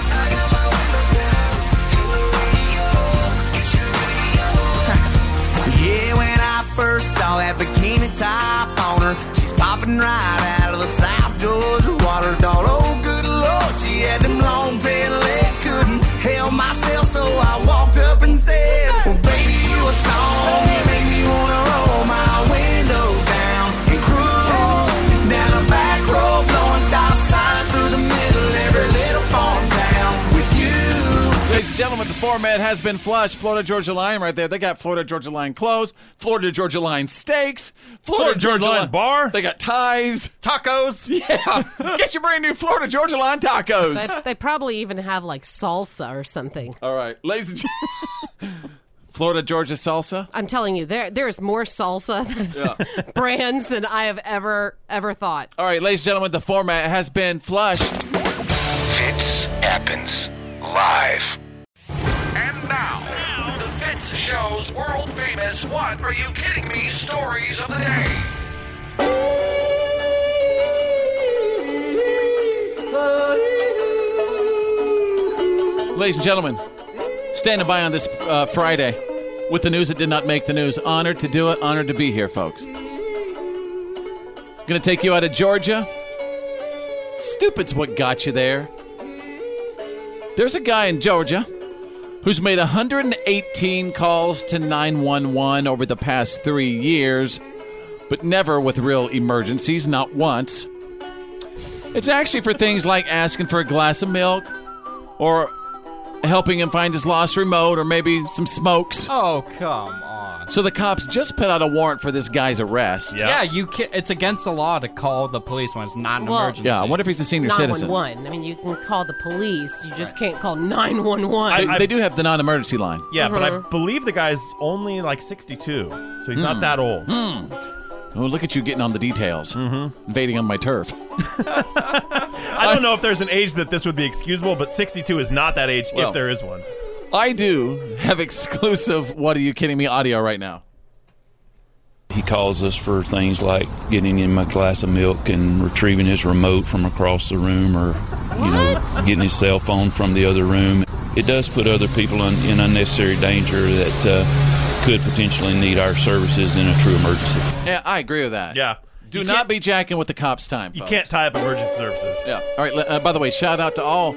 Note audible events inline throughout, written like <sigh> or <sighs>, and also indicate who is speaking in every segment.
Speaker 1: Yeah, when I first saw that bikini top on her, she's popping right out of the South Georgia water. Doll, oh good lord, she had them long tail legs, couldn't help myself, so I walked up and said, Well, baby, you a song that make me wanna roll my window down and cruise down a back road, blowing stop signs. through
Speaker 2: format has been flushed. Florida Georgia Line right there. They got Florida Georgia Line clothes, Florida Georgia Line steaks, Florida,
Speaker 3: Florida Georgia Line bar?
Speaker 2: They got ties.
Speaker 3: Tacos.
Speaker 2: Yeah. Get your brand new Florida Georgia Line
Speaker 4: They,
Speaker 2: tacos.
Speaker 4: they probably even have like salsa or something.
Speaker 2: All right, ladies and gen- Florida Georgia salsa.
Speaker 4: I'm telling you, there there is more salsa <laughs>
Speaker 2: Yeah.
Speaker 4: brands than I have ever ever thought.
Speaker 2: All right, ladies and gentlemen, the format has been flushed.
Speaker 5: Fits happens live.
Speaker 6: And now, the Fitz Show's world famous What Are You Kidding Me stories of the day.
Speaker 2: Ladies and gentlemen, standing by on this uh, Friday with the news that did not make the news. Honored to do it. Honored to be here, folks. Gonna take you out of Georgia. Stupid's what got you there. There's a guy in Georgia who's made 118 calls to 911 over the past three years, but never with real emergencies, not once. It's actually for things like asking for a glass of milk or helping him find his lost remote or maybe some smokes.
Speaker 7: Oh, come on.
Speaker 2: So the cops just put out a warrant for this guy's arrest.
Speaker 7: Yeah, you can, it's against the law to call the police when it's not an
Speaker 4: Well-
Speaker 7: emergency.
Speaker 2: Yeah, I wonder if he's a senior citizen.
Speaker 4: 911. I mean, you can call the police. You just can't call 911.
Speaker 2: They, they do have the non-emergency line.
Speaker 3: Yeah, but I
Speaker 8: Uh-huh.
Speaker 4: Mhm.
Speaker 3: believe the guy's only like 62, so he's not
Speaker 2: Hmm.
Speaker 3: that old.
Speaker 2: Oh, look at you getting on the details, invading on my turf.
Speaker 3: Mm-hmm. <laughs> I don't know if there's an age that this would be excusable, but 62 is not that age
Speaker 2: Well.
Speaker 3: if there is one.
Speaker 2: I do have exclusive. What are you kidding me? Audio right now.
Speaker 9: He calls us for things like getting him a glass of milk and retrieving his remote from across the room or, you know, getting his cell phone from the other room. It does put other people in, in unnecessary danger that uh, could potentially need our services in a true emergency.
Speaker 2: Yeah, I agree with that. Yeah. Do not be jacking with the cops' time. You
Speaker 3: can't tie up emergency services.
Speaker 2: Yeah. All right. le- Uh, by the way, shout out to all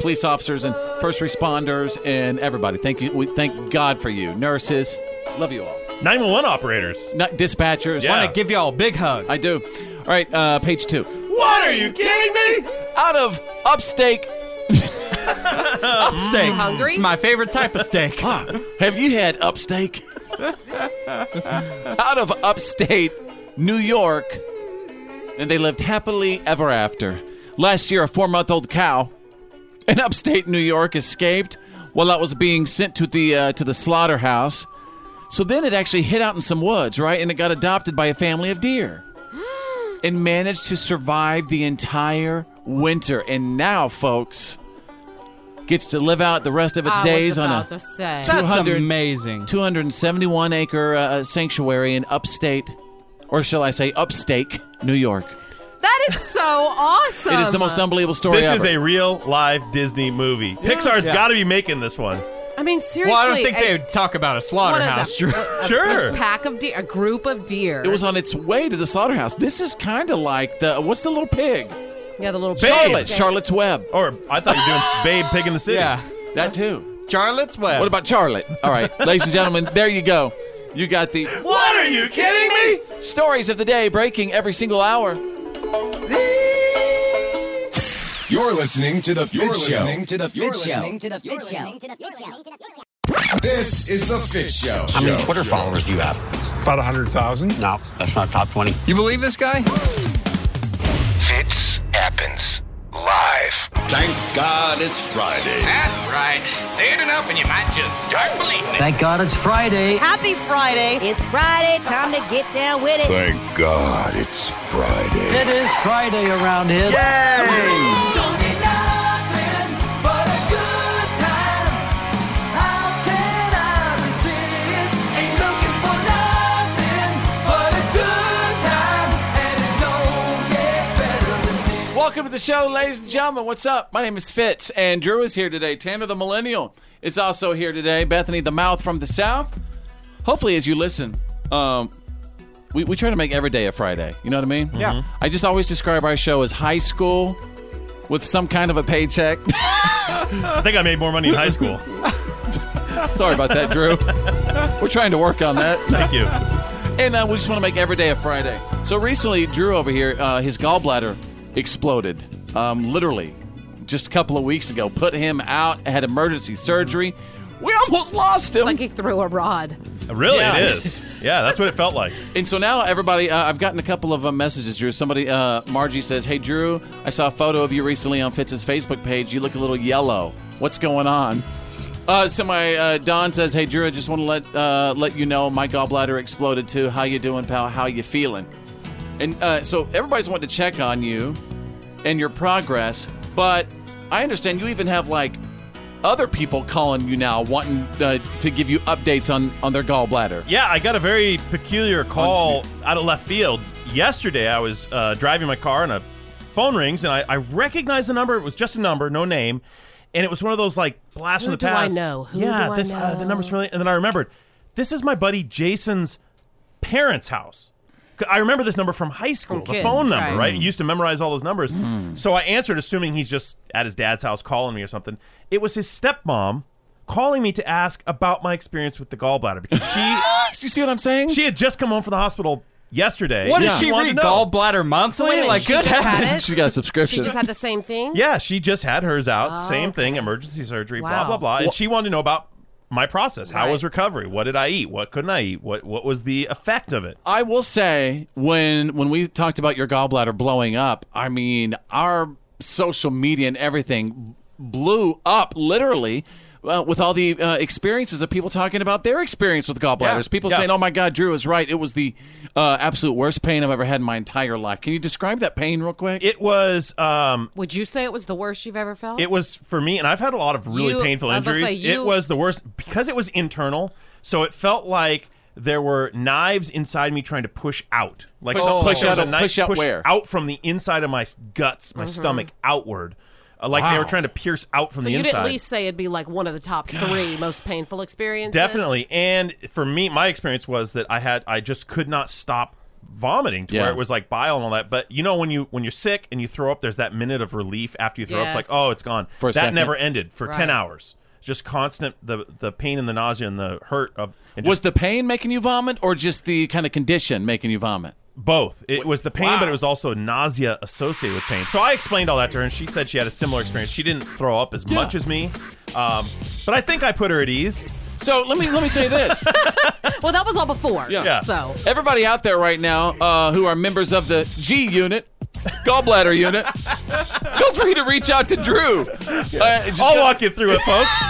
Speaker 2: police officers and first responders and everybody. Thank you. We thank God for you, nurses. Love you all.
Speaker 3: 911 operators,
Speaker 2: not dispatchers.
Speaker 3: Yeah. Wanna
Speaker 2: give y'all a big hug. I do. All right. Uh, page two.
Speaker 3: What are you kidding me?
Speaker 2: Out of upstate.
Speaker 4: Ah.
Speaker 7: Upsteak.
Speaker 2: Mm. Hungry?
Speaker 7: It's my favorite type of steak.
Speaker 4: <laughs>
Speaker 2: Have you had upstate? Out of upstate New York, and they lived happily ever after. Last year, a four month old cow in upstate New York escaped while it was being sent to the, uh, to the slaughterhouse. So then it actually hid out in some woods, right? And it got adopted by a family
Speaker 4: <gasps>
Speaker 2: of deer and managed to survive the entire winter. And now, folks, gets to live out the rest of its
Speaker 4: I was
Speaker 2: days on a
Speaker 4: about to say. That's
Speaker 2: amazing. 271 acre uh, sanctuary in upstate, or shall I say, upstate New York.
Speaker 4: That is so awesome.
Speaker 2: It is the most unbelievable story
Speaker 3: This
Speaker 2: ever.
Speaker 3: is a real live Disney movie.
Speaker 4: Yeah.
Speaker 3: Pixar's
Speaker 4: Yeah.
Speaker 3: got to be making this one.
Speaker 4: I mean, seriously.
Speaker 3: would talk about a
Speaker 4: what is that? A- a-
Speaker 2: Sure.
Speaker 4: A pack of deer, a group of deer.
Speaker 2: it was on its way to the slaughterhouse. This is kind of like the what's the little pig?
Speaker 4: yeah, the little
Speaker 2: Charlotte, Charlotte's Web.
Speaker 3: Or I thought you were doing Babe Pig in the City. Yeah,
Speaker 2: that too.
Speaker 3: Charlotte's Web.
Speaker 2: What about Charlotte? All
Speaker 3: <laughs>
Speaker 2: right, ladies and gentlemen, there you go. You got the
Speaker 3: What are you kidding me?
Speaker 2: stories of the day breaking every single hour.
Speaker 5: You're listening to the Fit Show. This is the Fit Show.
Speaker 10: How many Twitter followers do you have? About 100,000. No, that's not top 20.
Speaker 5: You believe this guy? Fits happens live. Thank God it's Friday.
Speaker 6: That's right. Say it enough and you might just start believing
Speaker 10: Thank God it's Friday.
Speaker 11: Happy Friday. It's Friday. Time to get down with it.
Speaker 5: Thank God it's Friday.
Speaker 10: It is Friday around here.
Speaker 2: Welcome to the show, ladies and gentlemen. What's up? My name is Fitz, and Drew is here today. Tanner the Millennial is also here today. Bethany the Mouth from the South. Hopefully, as you listen, um, we, we try to make every day a Friday. You know what I mean?
Speaker 7: Yeah. Mhm.
Speaker 2: I just always describe our show as high school with some kind of a paycheck. <laughs>
Speaker 3: I think I made more money in high school.
Speaker 2: Sorry about that, Drew. We're trying to work on that.
Speaker 3: Thank you.
Speaker 2: And uh, we just want to make every day a Friday. So recently, Drew over here, uh, his gallbladder exploded, um, literally, just a couple of weeks ago. Put him out, had emergency surgery. We almost lost him.
Speaker 4: like he threw a rod.
Speaker 3: Really, it is. Yeah, that's what it felt like.
Speaker 2: <laughs> And so now everybody, uh, I've gotten a couple of uh, messages, Drew. Somebody, uh, Margie says, Hey, Drew, I saw a photo of you recently on Fitz's Facebook page. You look a little yellow. What's going on? Uh, somebody, uh, Don says, Hey, Drew, I just want to let uh, let you know my gallbladder exploded too. How you doing, pal? How you feeling? And uh, so everybody's wanting to check on you and your progress, but I understand you even have like other people calling you now wanting uh, to give you updates on, on their gallbladder.
Speaker 3: Yeah, I got a very peculiar call out of left field. Yesterday, I was uh, driving my car and a phone rings, and I, I recognized the number. It was just a number, no name. And it was one of those like blasts from
Speaker 4: Who
Speaker 3: the
Speaker 4: do I
Speaker 3: past.
Speaker 4: know? Who
Speaker 3: yeah,
Speaker 4: do I
Speaker 3: this Uh, the number's familiar. And then I remembered this is my buddy Jason's parents' house. 'Cause I remember this number from high school,
Speaker 8: From
Speaker 3: the
Speaker 8: kids,
Speaker 3: phone number,
Speaker 8: right.
Speaker 3: right? You
Speaker 4: Mm-hmm.
Speaker 3: used to memorize all those numbers. So I answered, assuming he's just at his dad's house calling me or something. It was his stepmom calling me to ask about my experience with the gallbladder because she.
Speaker 2: <gasps> you see what I'm saying?
Speaker 3: She had just come home from the hospital yesterday.
Speaker 7: What did
Speaker 3: Yeah.
Speaker 7: she
Speaker 3: wanted
Speaker 7: read,
Speaker 3: to know.
Speaker 7: Gallbladder Monthly?
Speaker 4: Wait a minute, Like, she good just had
Speaker 2: <laughs>
Speaker 4: heavens. it?
Speaker 2: She's got a
Speaker 4: She
Speaker 2: subscription.
Speaker 4: just had the same thing.
Speaker 3: Yeah, she just had hers out.
Speaker 4: Oh,
Speaker 3: Same thing, emergency surgery,
Speaker 4: Wow.
Speaker 3: blah blah blah. And
Speaker 4: Wha-
Speaker 3: she wanted to know about my process. How
Speaker 2: Right.
Speaker 3: was recovery? What did I eat? What couldn't I eat? What what was the effect of it?
Speaker 2: I will say when when we talked about your gallbladder blowing up, I mean our social media and everything blew up literally. Uh, with all the uh, experiences of people talking about their experience with gallbladders,
Speaker 7: Yeah,
Speaker 2: people
Speaker 7: yeah.
Speaker 2: saying, "Oh my God, Drew is right. It was the uh, absolute worst pain I've ever had in my entire life." Can you describe that pain real quick?
Speaker 3: It was um,
Speaker 4: Would you say it was the worst you've ever felt?
Speaker 3: It was for me, and I've had a lot of really
Speaker 4: You-
Speaker 3: painful
Speaker 4: I was gonna
Speaker 3: injuries.
Speaker 4: say, you-
Speaker 3: it was the worst because it was internal, so it felt like there were knives inside me trying to push out, like
Speaker 2: Push-
Speaker 3: something-
Speaker 2: push
Speaker 3: there was
Speaker 2: out
Speaker 3: a
Speaker 2: of-
Speaker 3: knife
Speaker 2: push out
Speaker 3: pushed
Speaker 2: where?
Speaker 3: out from the inside of my s- guts, my
Speaker 4: Mhm.
Speaker 3: stomach outward, uh, like they
Speaker 2: Wow.
Speaker 3: were trying to pierce out from
Speaker 4: so
Speaker 3: the
Speaker 4: you'd
Speaker 3: inside.
Speaker 4: at least say it'd be like one of the top
Speaker 2: <sighs>
Speaker 4: three most painful experiences.
Speaker 3: Definitely. And for me, my experience was that I had I just could not stop vomiting to
Speaker 2: Yeah.
Speaker 3: where it was like bile and all that. But you know when you when you're sick and you throw up, there's that minute of relief after you throw up.
Speaker 2: Yes.
Speaker 3: It's like, oh, it's gone.
Speaker 2: For a
Speaker 3: that
Speaker 2: second.
Speaker 3: never ended for
Speaker 2: Right.
Speaker 3: ten hours. Just constant the the pain and the nausea and the hurt of and
Speaker 2: was the pain making you vomit, or just the kind of condition making you vomit?
Speaker 3: Both. It was the pain, but it was also nausea associated with pain. So I explained all that to her, and she said she had a similar experience. She didn't throw up as much as me, um, but I think I put her at ease.
Speaker 2: So let me let me say this.
Speaker 4: Well, that was all before.
Speaker 2: Yeah.
Speaker 4: So
Speaker 2: Everybody out there right now uh, who are members of the G unit, gallbladder unit, feel free to reach out to Drew. Uh, just
Speaker 3: I'll walk you through
Speaker 2: <laughs>
Speaker 3: it, folks.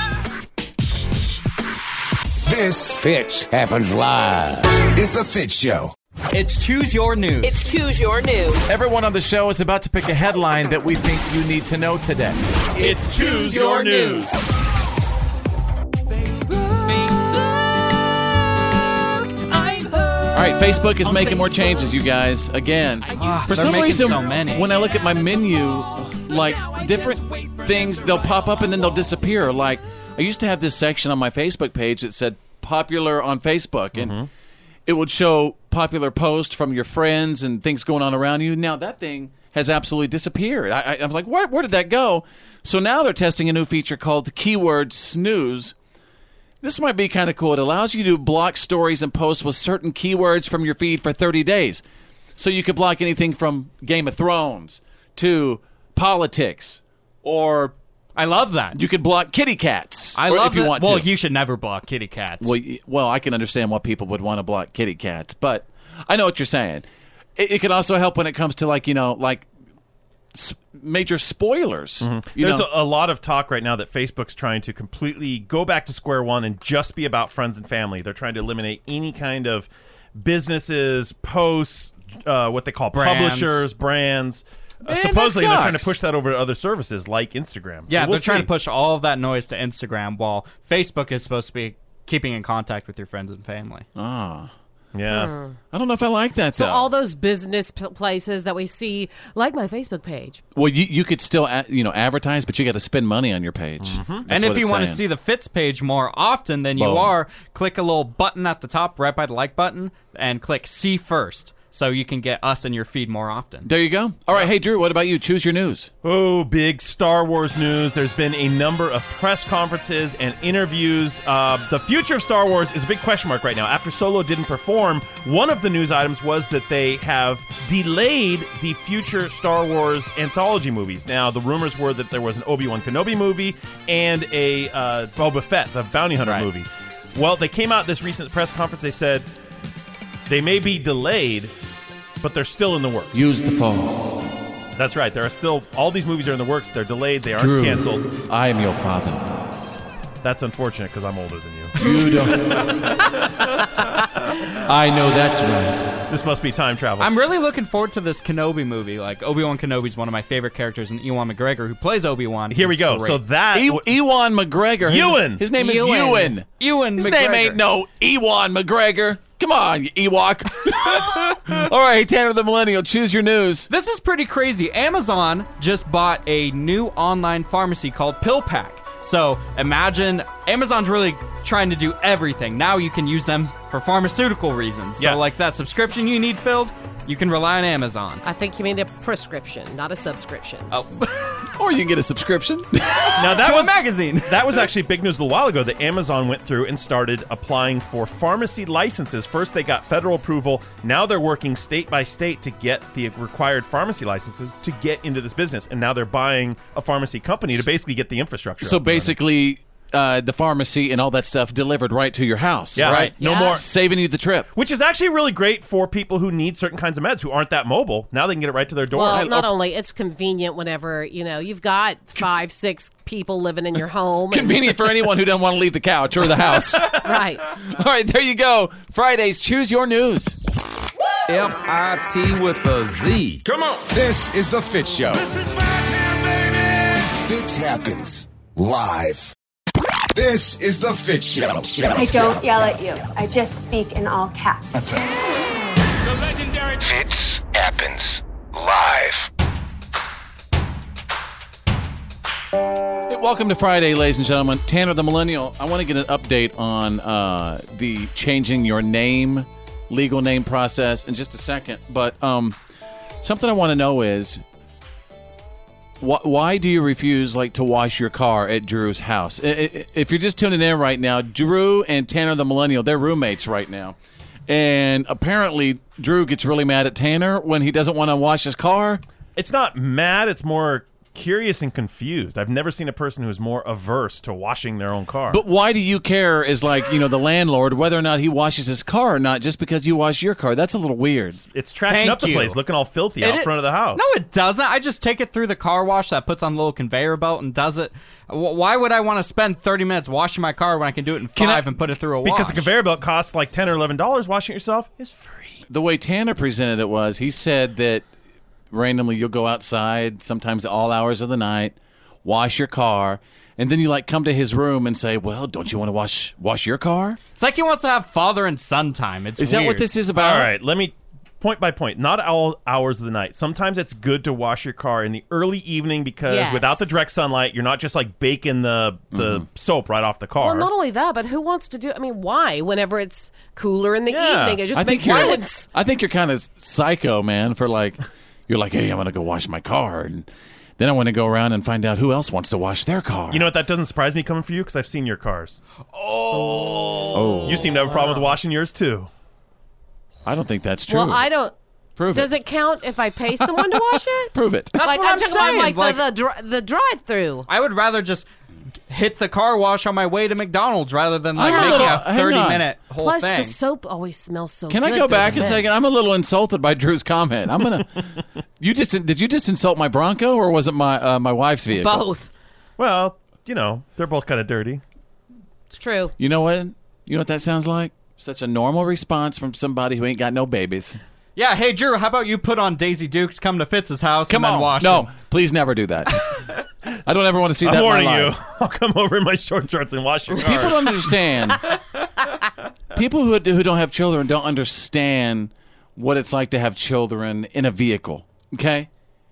Speaker 12: This Fitch happens live. It's the Fitch Show.
Speaker 1: It's Choose Your News.
Speaker 13: It's Choose Your News.
Speaker 2: Everyone on the show is about to pick a headline that we think you need to know today.
Speaker 3: It's
Speaker 2: Choose Your News. All right, Facebook is making more changes, you guys. Again,
Speaker 7: Ah,
Speaker 2: for
Speaker 7: they're
Speaker 2: some
Speaker 7: making
Speaker 2: reason,
Speaker 7: so many.
Speaker 2: when I look at my menu, like different things, they'll pop up and then they'll disappear. Like I used to have this section on my Facebook page that said "popular on Facebook," and
Speaker 7: Mm-hmm.
Speaker 2: it would show popular posts from your friends and things going on around you. Now that thing has absolutely disappeared. I, I, I'm like, where, where did that go? So now they're testing a new feature called the keyword snooze. This might be kind of cool. It allows you to block stories and posts with certain keywords from your feed for 30 days. So you could block anything from Game of Thrones to politics or.
Speaker 7: I love that.
Speaker 2: You could block kitty cats.
Speaker 7: I
Speaker 2: or
Speaker 7: love
Speaker 2: if you
Speaker 7: that-
Speaker 2: want
Speaker 7: well,
Speaker 2: to.
Speaker 7: you should never block kitty cats.
Speaker 2: Well, y- well, I can understand why people would want to block kitty cats, but I know what you're saying. It, it can also help when it comes to like you know like s- major spoilers.
Speaker 7: Mm-hmm.
Speaker 2: You
Speaker 3: There's
Speaker 2: know,
Speaker 3: a, a lot of talk right now that Facebook's trying to completely go back to square one and just be about friends and family. They're trying to eliminate any kind of businesses, posts, uh, what they call
Speaker 7: Brands.
Speaker 3: publishers, brands. Uh,
Speaker 7: Man, that
Speaker 3: supposedly, they're trying to
Speaker 7: sucks.
Speaker 3: push that over to other services like Instagram.
Speaker 7: yeah,
Speaker 3: So we'll
Speaker 7: they're trying
Speaker 3: see.
Speaker 7: to push all of that noise to Instagram, while Facebook is supposed to be keeping in contact with your friends and family.
Speaker 2: Ah,
Speaker 3: yeah.
Speaker 4: Hmm.
Speaker 2: I don't know if I like that
Speaker 4: So
Speaker 2: though.
Speaker 4: all those business p- places that we see, like my Facebook page.
Speaker 2: well, you you could still a- you know advertise, but you got to spend money on your page. That's
Speaker 7: Mm-hmm. and if
Speaker 2: what
Speaker 7: you
Speaker 2: it's
Speaker 7: want to
Speaker 2: saying.
Speaker 7: see the Fitz page more often than you
Speaker 2: Boom.
Speaker 7: are, click a little button at the top right by the like button and click see first. so you can get us in your feed more often.
Speaker 2: There you go. All right, hey Drew, what about you? Choose your news.
Speaker 3: Oh, big Star Wars news. There's been a number of press conferences and interviews. Uh, the future of Star Wars is a big question mark right now. After Solo didn't perform, one of the news items was that they have delayed the future Star Wars anthology movies. Now, the rumors were that there was an Obi Wan Kenobi movie and a uh, Boba Fett, the Bounty Hunter movie. Well, they came out this recent press conference. They said they may be delayed, but they're still in the works.
Speaker 2: Use the falls.
Speaker 3: That's right. There are still all these movies are in the works. They're delayed. They aren't
Speaker 2: Drew,
Speaker 3: canceled.
Speaker 2: I am your father.
Speaker 3: That's unfortunate because I'm older
Speaker 2: <laughs>
Speaker 3: than you.
Speaker 2: You don't. I know that's right.
Speaker 3: This must be time travel.
Speaker 7: I'm really looking forward to this Kenobi movie. Like Obi Wan Kenobi's one of my favorite characters, and Ewan McGregor, who plays Obi Wan,
Speaker 3: Here we go. So that
Speaker 2: E- Ewan McGregor. His-
Speaker 3: Ewan.
Speaker 2: His name is
Speaker 7: Ah, Ewan.
Speaker 2: Ewan.
Speaker 7: Ewan
Speaker 2: His name
Speaker 7: McGregor.
Speaker 2: ain't no Ewan McGregor. Come on, you Ewok. <laughs> All right, Tanner the Millennial, choose your news.
Speaker 7: This is pretty crazy. Amazon just bought a new online pharmacy called PillPack. So imagine Amazon's really trying to do everything. Now you can use them for pharmaceutical reasons. So
Speaker 8: Yeah.
Speaker 7: like that subscription you need filled, you can rely on Amazon.
Speaker 8: I think you mean a prescription, not a subscription.
Speaker 7: Oh.
Speaker 2: or you can get a subscription.
Speaker 3: now that was a
Speaker 7: magazine. <laughs>
Speaker 3: that was actually big news a little while ago that Amazon went through and started applying for pharmacy licenses. First, they got federal approval. Now they're working state by state to get the required pharmacy licenses to get into this business. And now they're buying a pharmacy company to basically get the infrastructure.
Speaker 2: So
Speaker 3: up and running.
Speaker 2: basically, uh, the pharmacy and all that stuff delivered right to your house.
Speaker 3: Yeah.
Speaker 2: right.
Speaker 3: No Yeah. more-
Speaker 2: saving you the trip.
Speaker 3: Which is actually really great for people who need certain kinds of meds who aren't that mobile. Now they can get it right to their door.
Speaker 8: Well,
Speaker 2: oh.
Speaker 8: not only it's convenient whenever you know you've got five, six people living in your home. and-
Speaker 2: Convenient for anyone who doesn't want to leave the couch or the house. all
Speaker 8: <laughs> right?
Speaker 2: right, there you go. Fridays, choose your news.
Speaker 14: F I T with a Z.
Speaker 12: Come on. This is The Fit Show. This is my town, baby. Fits happens live. This is The Fit Show.
Speaker 13: I don't yell at you. I just speak in all caps.
Speaker 5: The legendary Fits happens live.
Speaker 2: Hey, welcome to Friday, ladies and gentlemen. Tanner the Millennial, I want to get an update on uh, the changing your name, legal name process in just a second. But um, something I want to know is wh- why do you refuse like to wash your car at Drew's house? I- I- If you're just tuning in right now, Drew and Tanner the Millennial, they're roommates right now. And apparently, Drew gets really mad at Tanner when he doesn't want to wash his car.
Speaker 3: It's not mad, it's more curious and confused. I've never seen a person who's more averse to washing their own car.
Speaker 2: But why do you care is like, you know, the landlord, whether or not he washes his car or not, just because you wash your car. That's a little weird.
Speaker 3: it's trashing
Speaker 7: Thank
Speaker 3: up the
Speaker 7: you.
Speaker 3: place, looking all filthy
Speaker 7: It
Speaker 3: out
Speaker 7: i-
Speaker 3: front of the house.
Speaker 7: No, it doesn't. I just take it through the car wash that puts on a little conveyor belt and does it. Wh- Why would I want to spend 30 minutes washing my car when I can do it in five and put it through a
Speaker 3: because
Speaker 7: wash?
Speaker 3: the conveyor belt costs like ten or eleven dollars. Washing it yourself is free.
Speaker 2: The way Tanner presented it was he said that randomly you'll go outside, sometimes all hours of the night, wash your car, and then you like come to his room and say, Well, don't you want to wash wash your car?
Speaker 7: It's like he wants to have father and son time. It's weird.
Speaker 3: All right, let me point by point. Not all hours of the night. Sometimes it's good to wash your car in the early evening because
Speaker 8: Yes.
Speaker 3: without the direct sunlight, you're not just like baking the the
Speaker 7: Mm-hmm.
Speaker 3: soap right off the car.
Speaker 8: Well, not only that, but who wants to do? I mean, why? Whenever it's cooler in the
Speaker 3: Yeah.
Speaker 8: evening, it just
Speaker 2: I think
Speaker 8: makes
Speaker 2: you're
Speaker 8: sense.
Speaker 2: I think you're kind of psycho, man, for like you're like, Hey, I'm gonna go wash my car and then I want to go around and find out who else wants to wash their car.
Speaker 3: You know what? That doesn't surprise me coming for you because I've seen your cars.
Speaker 2: Oh,
Speaker 3: You seem to have a problem with washing yours too.
Speaker 2: I don't think that's true.
Speaker 8: Well, I don't.
Speaker 2: Prove
Speaker 8: Does it count if I pay someone to wash
Speaker 2: <laughs>
Speaker 8: it?
Speaker 2: Prove it.
Speaker 8: like
Speaker 7: what
Speaker 8: I'm,
Speaker 7: I'm
Speaker 8: talking about,
Speaker 7: saying,
Speaker 8: like,
Speaker 7: like-
Speaker 8: the the, dri- the drive-through.
Speaker 7: I would rather just hit the car wash on my way to McDonald's rather than like
Speaker 2: I'm a
Speaker 7: making
Speaker 2: little-
Speaker 7: a
Speaker 2: hang
Speaker 7: 30
Speaker 2: on.
Speaker 7: minute whole
Speaker 8: Plus,
Speaker 7: thing.
Speaker 8: the soap always smells so.
Speaker 2: Can I
Speaker 8: good
Speaker 2: go
Speaker 8: through
Speaker 2: back
Speaker 8: the
Speaker 2: a second?
Speaker 8: vents.
Speaker 2: I'm a little insulted by Drew's comment. I'm gonna. you just did you just insult my Bronco or was it my uh, my wife's vehicle?
Speaker 3: Well, you know they're both kind of dirty.
Speaker 8: It's true.
Speaker 2: You know what? You know what that sounds like? Such a normal response from somebody who ain't got no babies.
Speaker 7: yeah, hey Drew, how about you put on Daisy Dukes, come to Fitz's house,
Speaker 2: Come
Speaker 7: and then
Speaker 2: on,
Speaker 7: wash
Speaker 2: no,
Speaker 7: them?
Speaker 2: please never do <laughs> that. I don't ever want to see
Speaker 3: I'm
Speaker 2: that. in my
Speaker 3: warning you. <laughs>
Speaker 2: life.
Speaker 3: I'll come over in my short shorts and wash your car.
Speaker 2: People don't understand. People who who don't have children don't understand what it's like to have children in a vehicle. Okay,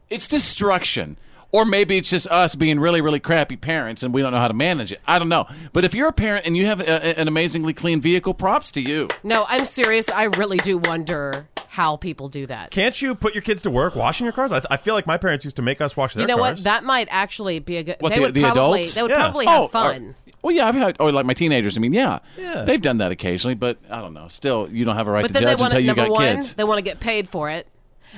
Speaker 2: it's destruction, or maybe it's just us being really, really crappy parents and we don't know how to manage it. I don't know. But if you're a parent and you have a, a- an amazingly clean vehicle, props to you.
Speaker 8: No, I'm serious. I really do wonder how people do that.
Speaker 3: Can't you put your kids to work washing your cars? I, I feel like my parents used to make us wash their
Speaker 8: You know
Speaker 3: cars.
Speaker 8: what? That might actually be a good.
Speaker 2: What,
Speaker 8: they
Speaker 2: the-
Speaker 8: would
Speaker 2: the
Speaker 8: probably,
Speaker 2: adults?
Speaker 8: They would
Speaker 2: Yeah.
Speaker 8: probably
Speaker 2: Oh,
Speaker 8: have fun.
Speaker 2: Well, yeah, I've had, or like my teenagers. I mean, yeah,
Speaker 8: Yeah.
Speaker 2: they've done that occasionally, but I don't know. Still, you don't have a right
Speaker 8: but
Speaker 2: to
Speaker 8: then
Speaker 2: judge
Speaker 8: they want
Speaker 2: until
Speaker 8: to,
Speaker 2: you
Speaker 8: number
Speaker 2: got
Speaker 8: one,
Speaker 2: kids.
Speaker 8: they want to get paid for it,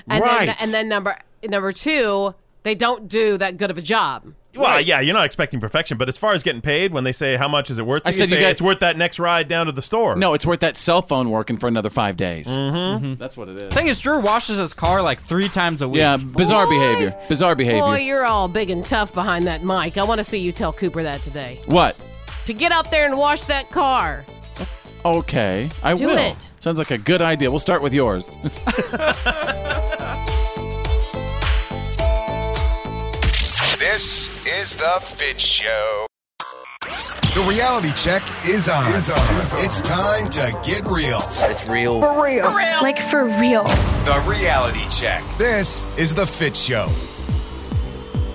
Speaker 8: and then
Speaker 2: Right.
Speaker 8: and then number number two, they don't do that good of a job.
Speaker 3: Well, yeah, you're not expecting perfection, but as far as getting paid, when they say how much is it worth,
Speaker 2: I
Speaker 3: I
Speaker 2: said
Speaker 3: said
Speaker 2: you
Speaker 3: say,
Speaker 2: got-
Speaker 3: it's worth that next ride down to the store.
Speaker 2: No, it's worth that cell phone working for another five days.
Speaker 7: Mhm.
Speaker 2: That's what it is.
Speaker 7: Thing is, Drew washes his car like three times a week.
Speaker 2: Yeah, bizarre behavior. Bizarre behavior.
Speaker 8: Boy, you're all big and tough behind that mic. I want to see you tell Cooper that today.
Speaker 2: what?
Speaker 8: To get out there and wash that car.
Speaker 2: Okay, I
Speaker 8: Do
Speaker 2: will.
Speaker 8: it.
Speaker 2: Sounds like a good idea. We'll start with yours. <laughs>
Speaker 12: This is the Fit Show. The reality check is on. It's, time to get real. It's real.
Speaker 15: For real. Like for real.
Speaker 12: The reality check. This is the Fit Show.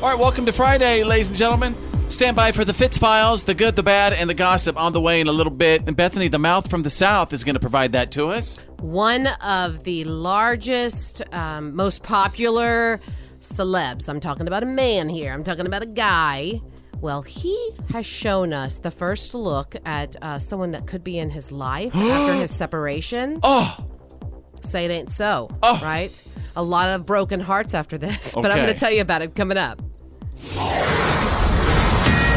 Speaker 2: All right, welcome to Friday, ladies and gentlemen. Stand by for the Fitz files, the good, the bad, and the gossip on the way in a little bit. And Bethany, the mouth from the south, is going to provide that to us.
Speaker 8: One of the largest, um, most popular celebs. I'm talking about a man here. I'm talking about a guy. Well, he has shown us the first look at uh, someone that could be in his
Speaker 3: <gasps>
Speaker 8: life after his separation.
Speaker 2: Oh.
Speaker 8: Say it ain't so.
Speaker 3: Oh.
Speaker 8: Right? A lot of broken hearts after this, <laughs> but I'm
Speaker 2: Okay.
Speaker 8: going to tell you about it coming up.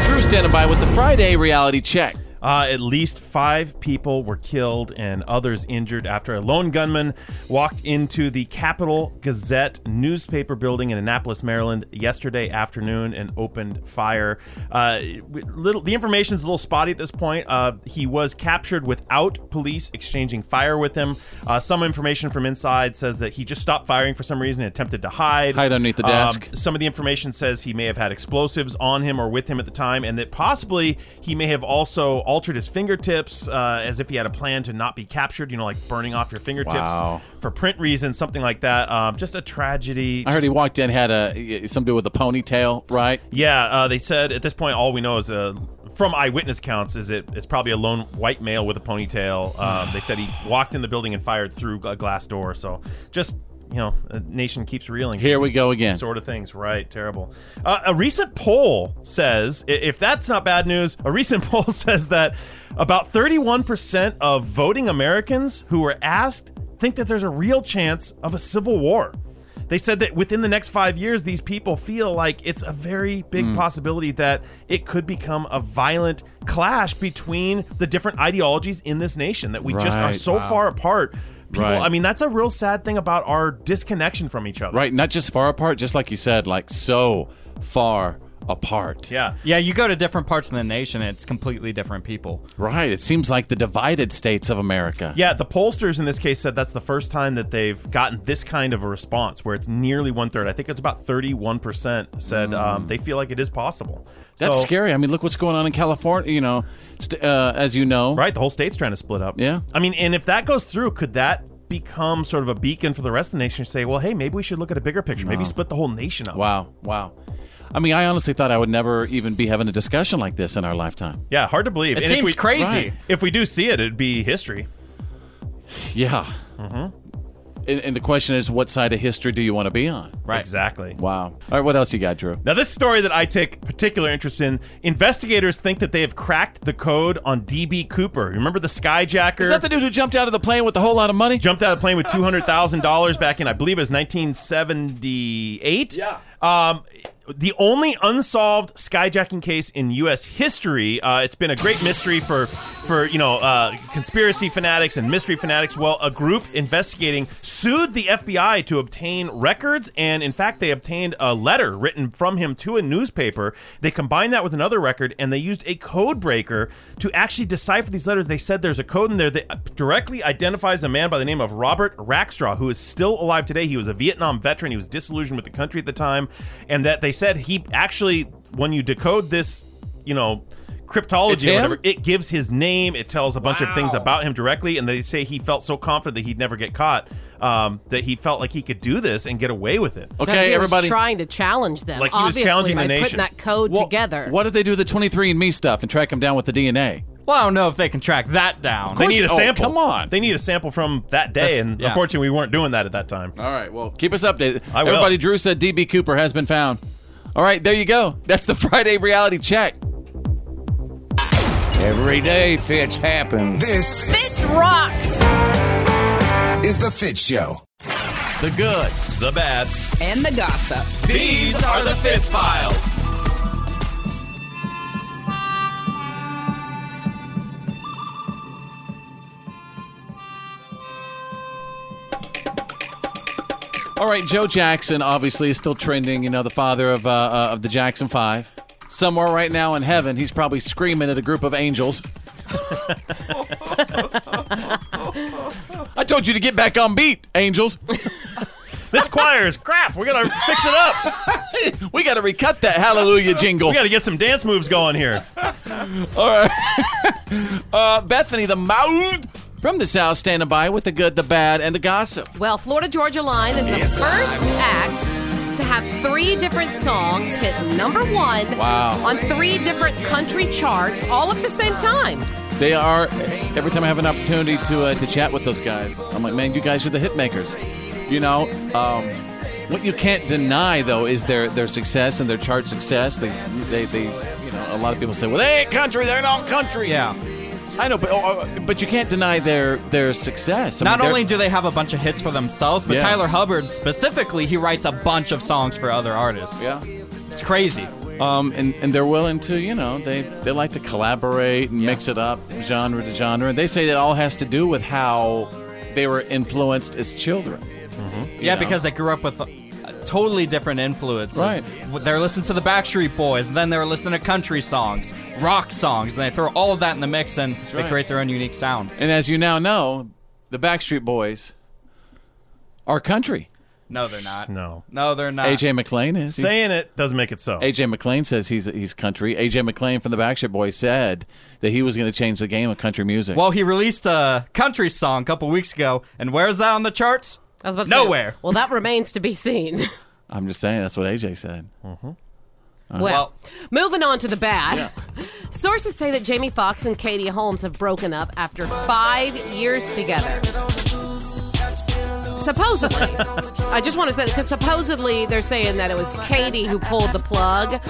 Speaker 2: Drew standing by with the Friday reality check.
Speaker 3: Uh, at least five people were killed and others injured after a lone gunman walked into the Capitol Gazette newspaper building in Annapolis, Maryland, yesterday afternoon and opened fire. Uh, w- little, the information's a little spotty at this point. Uh, he was captured without police exchanging fire with him. Uh, some information from inside says that he just stopped firing for some reason and attempted to hide.
Speaker 2: Hide underneath the
Speaker 3: Um,
Speaker 2: desk.
Speaker 3: some of the information says he may have had explosives on him or with him at the time, and that possibly he may have also altered his fingertips uh, as if he had a plan to not be captured, you know, like burning off your fingertips
Speaker 2: Wow.
Speaker 3: for print reasons, something like that. Um, just a tragedy.
Speaker 2: I heard he walked in, had a some dude with a ponytail, right?
Speaker 3: Yeah, uh, they said at this point, all we know is uh, from eyewitness counts is it it's probably a lone white male with a ponytail. Um, they said he walked in the building and fired through a glass door. So just. You know, a nation keeps reeling.
Speaker 2: Here we
Speaker 3: These
Speaker 2: go again.
Speaker 3: Sort of things, right? Terrible. Uh, a recent poll says, i- if that's not bad news, a recent <laughs> poll says that about 31% of voting Americans who were asked think that there's a real chance of a civil war. They said that within the next five years, these people feel like it's a very big
Speaker 2: Hmm.
Speaker 3: possibility that it could become a violent clash between the different ideologies in this nation, that we just are
Speaker 2: Right.
Speaker 3: so
Speaker 2: Wow.
Speaker 3: far apart. People,
Speaker 2: Right.
Speaker 3: I mean, that's a real sad thing about our disconnection from each other.
Speaker 2: Right, not just far apart, just like you said, like so far apart.
Speaker 3: Yeah.
Speaker 7: Yeah, you go to different parts of the nation, it's completely different people.
Speaker 2: Right, it seems like the divided states of America.
Speaker 3: Yeah, the pollsters in this case said that's the first time that they've gotten this kind of a response where it's nearly one third. I think it's about 31% said um, they feel like it is possible.
Speaker 2: Mm. That's
Speaker 3: So-
Speaker 2: scary. I mean, look what's going on in California, you know, st- uh, as you know.
Speaker 3: Right, the whole state's trying to split up.
Speaker 2: Yeah.
Speaker 3: I mean, and if that goes through, could that become sort of a beacon for the rest of the nation to say, well, hey, maybe we should look at a bigger picture,
Speaker 2: No.
Speaker 3: maybe split the whole nation up?
Speaker 2: Wow, wow. I mean, I honestly thought I would never even be having a discussion like this in our lifetime.
Speaker 3: Yeah, hard to believe.
Speaker 2: It
Speaker 3: if
Speaker 2: seems
Speaker 3: we-
Speaker 2: crazy. Right.
Speaker 3: If we do see it, it'd be history.
Speaker 2: Yeah.
Speaker 3: Mm-hmm.
Speaker 2: And, and the question is, what side of history do you want to be on?
Speaker 3: Right. Exactly.
Speaker 2: Wow. All right, what else you got, Drew?
Speaker 3: Now, this story that I take particular interest in, investigators think that they have cracked the code on DB Cooper. Remember the skyjacker?
Speaker 2: Is that the dude who jumped out of the plane with a whole lot of money?
Speaker 3: Jumped out of the plane with two hundred thousand dollars back in, I believe, it was nineteen seventy-eight. Yeah. Um, the only unsolved skyjacking case in U.S. history. Uh, it's been a great mystery for, for you know, uh, conspiracy fanatics and mystery fanatics. Well, a group investigating sued the FBI to obtain records, and in fact, they obtained a letter written from him to a newspaper. They combined that with another record, and they used a code breaker to actually decipher these letters. They said there's a code in there that directly identifies a man by the name of Robert Rackstraw, who is still alive today. He was a Vietnam veteran. He was disillusioned with the country at the time, and that they said he actually, when you decode this, you know.
Speaker 2: It's
Speaker 3: Cryptology or
Speaker 2: him?
Speaker 3: whatever, it gives his name, it tells a bunch of things about him directly, and they say he felt so confident that he'd never get caught um, that he felt like he could do this and get away with it.
Speaker 8: That he was trying to challenge them.
Speaker 3: Like he was
Speaker 8: obviously,
Speaker 3: challenging the
Speaker 8: by
Speaker 3: nation.
Speaker 8: putting that code together.
Speaker 2: What did they do with the 23andMe stuff and track him down with the DNA?
Speaker 7: Well, I don't know if they can track that down.
Speaker 3: They need a sample.
Speaker 2: Oh, come on.
Speaker 3: They need a sample from that day,
Speaker 2: That's-
Speaker 3: and
Speaker 2: yeah.
Speaker 3: unfortunately, we weren't doing that at that time.
Speaker 2: All right, well, keep us updated.
Speaker 3: I will.
Speaker 2: Everybody, Drew said DB Cooper has been found. All right, there you go. That's the <laughs> Friday reality check.
Speaker 16: Every day, Fitch happens.
Speaker 12: This
Speaker 16: Fitch rocks.
Speaker 12: is the Fit Show.
Speaker 2: The good,
Speaker 3: the bad.
Speaker 17: And the gossip.
Speaker 3: These are the Fitz Files.
Speaker 2: All right, Joe Jackson obviously is still trending. You know, the father of uh, uh, of the Jackson Five. Somewhere right now in heaven, he's probably screaming at a group of angels. I told you to get back on beat, angels.
Speaker 3: this choir is crap. We're gonna fix
Speaker 2: it up. we gotta recut that hallelujah jingle.
Speaker 3: We got to get some dance moves going here.
Speaker 2: All right. <laughs> uh, Bethany, the mouth from the South, standing by with the good, the bad, and the gossip.
Speaker 8: Well, Florida Georgia Line is the first act to have three different songs hit number one
Speaker 2: Wow.
Speaker 8: on three different country charts all at the same time.
Speaker 2: They are every time I have an opportunity to uh, to chat with those guys. I'm like, man, you guys are the hit makers. You know, um, what you can't deny though is their their success and their chart success. They they, they you know a lot of people say, well, they ain't country, they're not country.
Speaker 7: Yeah.
Speaker 2: I know, but oh, oh, but you can't deny their their success. I mean,
Speaker 7: Not
Speaker 2: they're-
Speaker 7: only do they have a bunch of hits for themselves, but
Speaker 2: Yeah.
Speaker 7: Tyler Hubbard specifically, he writes a bunch of songs for other artists.
Speaker 2: Yeah.
Speaker 7: It's crazy.
Speaker 2: Um, and, and they're willing to, you know, they, they like to collaborate and mix it up genre to genre. And they say that all has to do with how they were influenced as children. You
Speaker 7: Yeah,
Speaker 2: know?
Speaker 7: because they grew up with uh, totally different influences.
Speaker 2: Right.
Speaker 7: W- They're listening to the Backstreet Boys, and then they're listening to country songs, rock songs, and they throw all of that in the mix and they
Speaker 2: right.
Speaker 7: create their own unique sound.
Speaker 2: And as you now know, the Backstreet Boys are country.
Speaker 7: No, they're not.
Speaker 3: No.
Speaker 7: No, they're not.
Speaker 2: AJ McLean is.
Speaker 3: Saying it doesn't make it so.
Speaker 2: AJ McLean says he's he's country. AJ McLean from the Backstreet Boys said that he was going to change the game of country music.
Speaker 7: Well, he released a country song a couple weeks ago, and where's that on the charts?
Speaker 8: I was about to say-
Speaker 7: Nowhere.
Speaker 8: well, that remains to be seen.
Speaker 2: I'm just saying that's what AJ said.
Speaker 8: Well, moving on to the bad. Sources say that Jamie Foxx and Katie Holmes have broken up after five years together. Supposedly. I just want to say, because supposedly they're saying that it was Katie who pulled the plug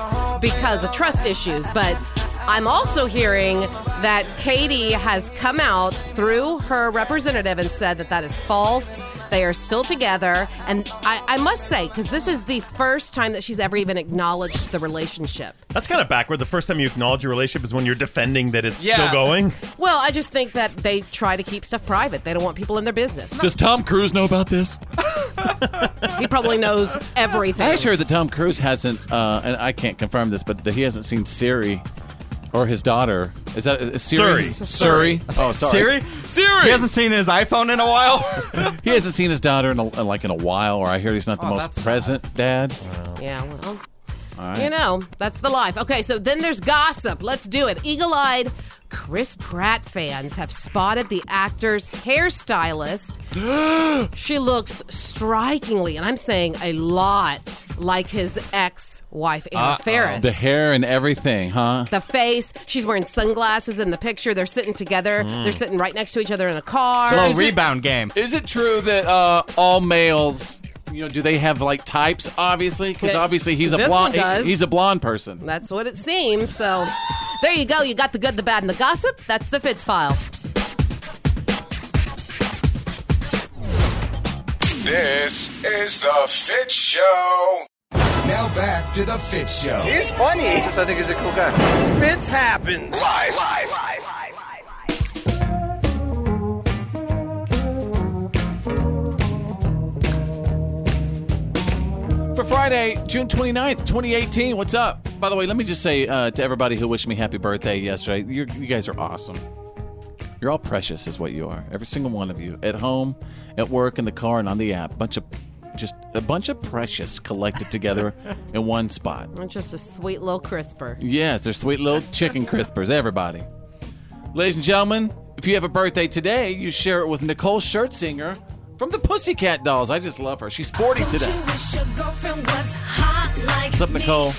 Speaker 8: because of trust issues. But I'm also hearing that Katie has come out through her representative and said that that is false. They are still together. And I, I must say, because this is the first time that she's ever even acknowledged the relationship.
Speaker 3: That's kind of backward. The first time you acknowledge your relationship is when you're defending that it's
Speaker 8: Yeah.
Speaker 3: still going.
Speaker 8: Well, I just think that they try to keep stuff private. They don't want people in their business.
Speaker 2: Does Tom Cruise know about this?
Speaker 8: He probably knows everything.
Speaker 2: I just heard that Tom Cruise hasn't, uh, and I can't confirm this, but that he hasn't seen Siri or his daughter. Is that is Siri?
Speaker 7: Siri.
Speaker 2: Siri. Oh, sorry.
Speaker 7: Siri?
Speaker 2: Siri.
Speaker 7: He hasn't seen his iPhone in a <laughs> while.
Speaker 2: He hasn't seen his daughter in a, like in a while, or I hear he's not the
Speaker 8: Oh,
Speaker 2: most
Speaker 8: that's
Speaker 2: present dad.
Speaker 8: Yeah, well,
Speaker 2: All right.
Speaker 8: you know, that's the life. Okay, so then there's gossip. Let's do it. Eagle eyed Chris Pratt fans have spotted the actor's
Speaker 2: <gasps>
Speaker 8: hairstylist. she looks strikingly, and I'm saying a lot, like his ex wife, Anna
Speaker 2: Uh-oh.
Speaker 8: Faris.
Speaker 2: The hair and everything, huh?
Speaker 8: The face. She's wearing sunglasses in the picture. They're sitting together.
Speaker 2: Mm.
Speaker 8: They're sitting right next to each other in a car.
Speaker 2: is it- Is it true that uh, all males, you know, do they have like types? Obviously, because
Speaker 8: Th-
Speaker 2: obviously he's a
Speaker 8: this one
Speaker 2: blonde.
Speaker 8: does.
Speaker 2: he's a blonde person.
Speaker 8: That's what it seems. So there you go. You got the good, the bad, and the gossip. That's the Fitz Files.
Speaker 12: This is the Fit Show. Now back to the Fit Show.
Speaker 18: He's funny. I think he's a cool guy. Fits happens. Live. Live.
Speaker 2: For Friday, June 29th, 2018, what's up? By the way, let me just say uh, to everybody who wished me happy birthday yesterday, you're, you guys are awesome. You're all precious, is what you are. Every single one of you, at home, at work, in the car, and on the app. Bunch of just a bunch of precious collected together in one spot.
Speaker 8: It's just a sweet little crisper.
Speaker 2: Yes, they're sweet little chicken crispers, everybody. Ladies and gentlemen, if you have a birthday today, you share it with Nicole Schertzinger from the Pussycat Dolls. I just love her. She's 40 today.
Speaker 19: wish your girlfriend was hot like
Speaker 2: What's up, Nicole?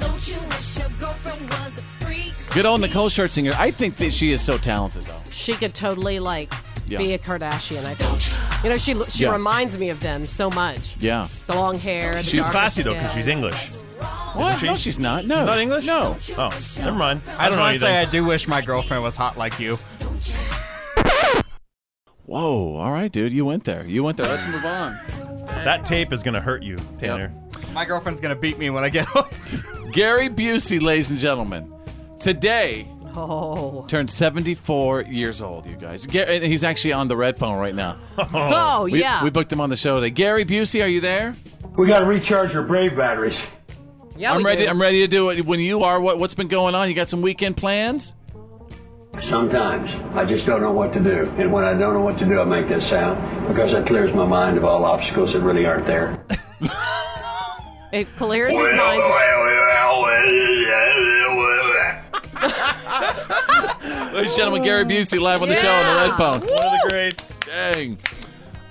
Speaker 19: Don't you wish your girlfriend was a freak
Speaker 2: Good old Nicole Scherzinger. I think that she is so talented, though.
Speaker 8: She could totally like
Speaker 2: Yeah.
Speaker 8: be a Kardashian. I think. You know, she she
Speaker 2: Yeah.
Speaker 8: reminds me of them so much.
Speaker 2: Yeah.
Speaker 8: The long hair. The
Speaker 3: She's
Speaker 8: dark
Speaker 3: classy though
Speaker 8: skin.
Speaker 3: because she's English.
Speaker 2: What? No, she's not. No.
Speaker 3: not English.
Speaker 2: No.
Speaker 3: Oh, never mind.
Speaker 7: I,
Speaker 3: I
Speaker 7: just
Speaker 3: don't know
Speaker 7: want to say I
Speaker 3: anything.
Speaker 7: do wish my girlfriend was hot like you.
Speaker 2: Whoa. All right, dude. You went there. You went there. Let's move on.
Speaker 3: That tape is gonna hurt you, Tanner.
Speaker 7: My girlfriend's gonna beat me when I get <laughs> home.
Speaker 2: Gary Busey, ladies and gentlemen, today
Speaker 8: Oh.
Speaker 2: turned 74 years old, you guys. Gar- and he's actually on the red phone right now.
Speaker 8: Oh,
Speaker 2: We-
Speaker 8: yeah.
Speaker 2: We booked him on the show today. Gary Busey, are you there?
Speaker 17: We got to recharge our brave batteries.
Speaker 8: Yeah,
Speaker 2: I'm
Speaker 17: we
Speaker 2: ready.
Speaker 17: do.
Speaker 2: I'm ready to do it. When you are, what, what's been going on? You got some weekend plans?
Speaker 17: Sometimes I just don't know what to do. And when I don't know what to do, I make this sound because it clears my mind of all obstacles that really aren't there.
Speaker 8: It clears his mind.
Speaker 2: Ladies and gentlemen, Gary Busey live on the show on the red phone.
Speaker 3: One of the greats.
Speaker 2: Dang.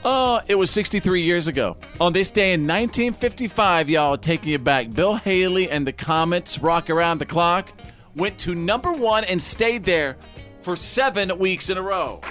Speaker 2: Oh, it was 63 years ago. On this day in 1955, y'all, taking you back, Bill Haley and the Comets rock around the clock went to number one and stayed there for seven weeks in a row.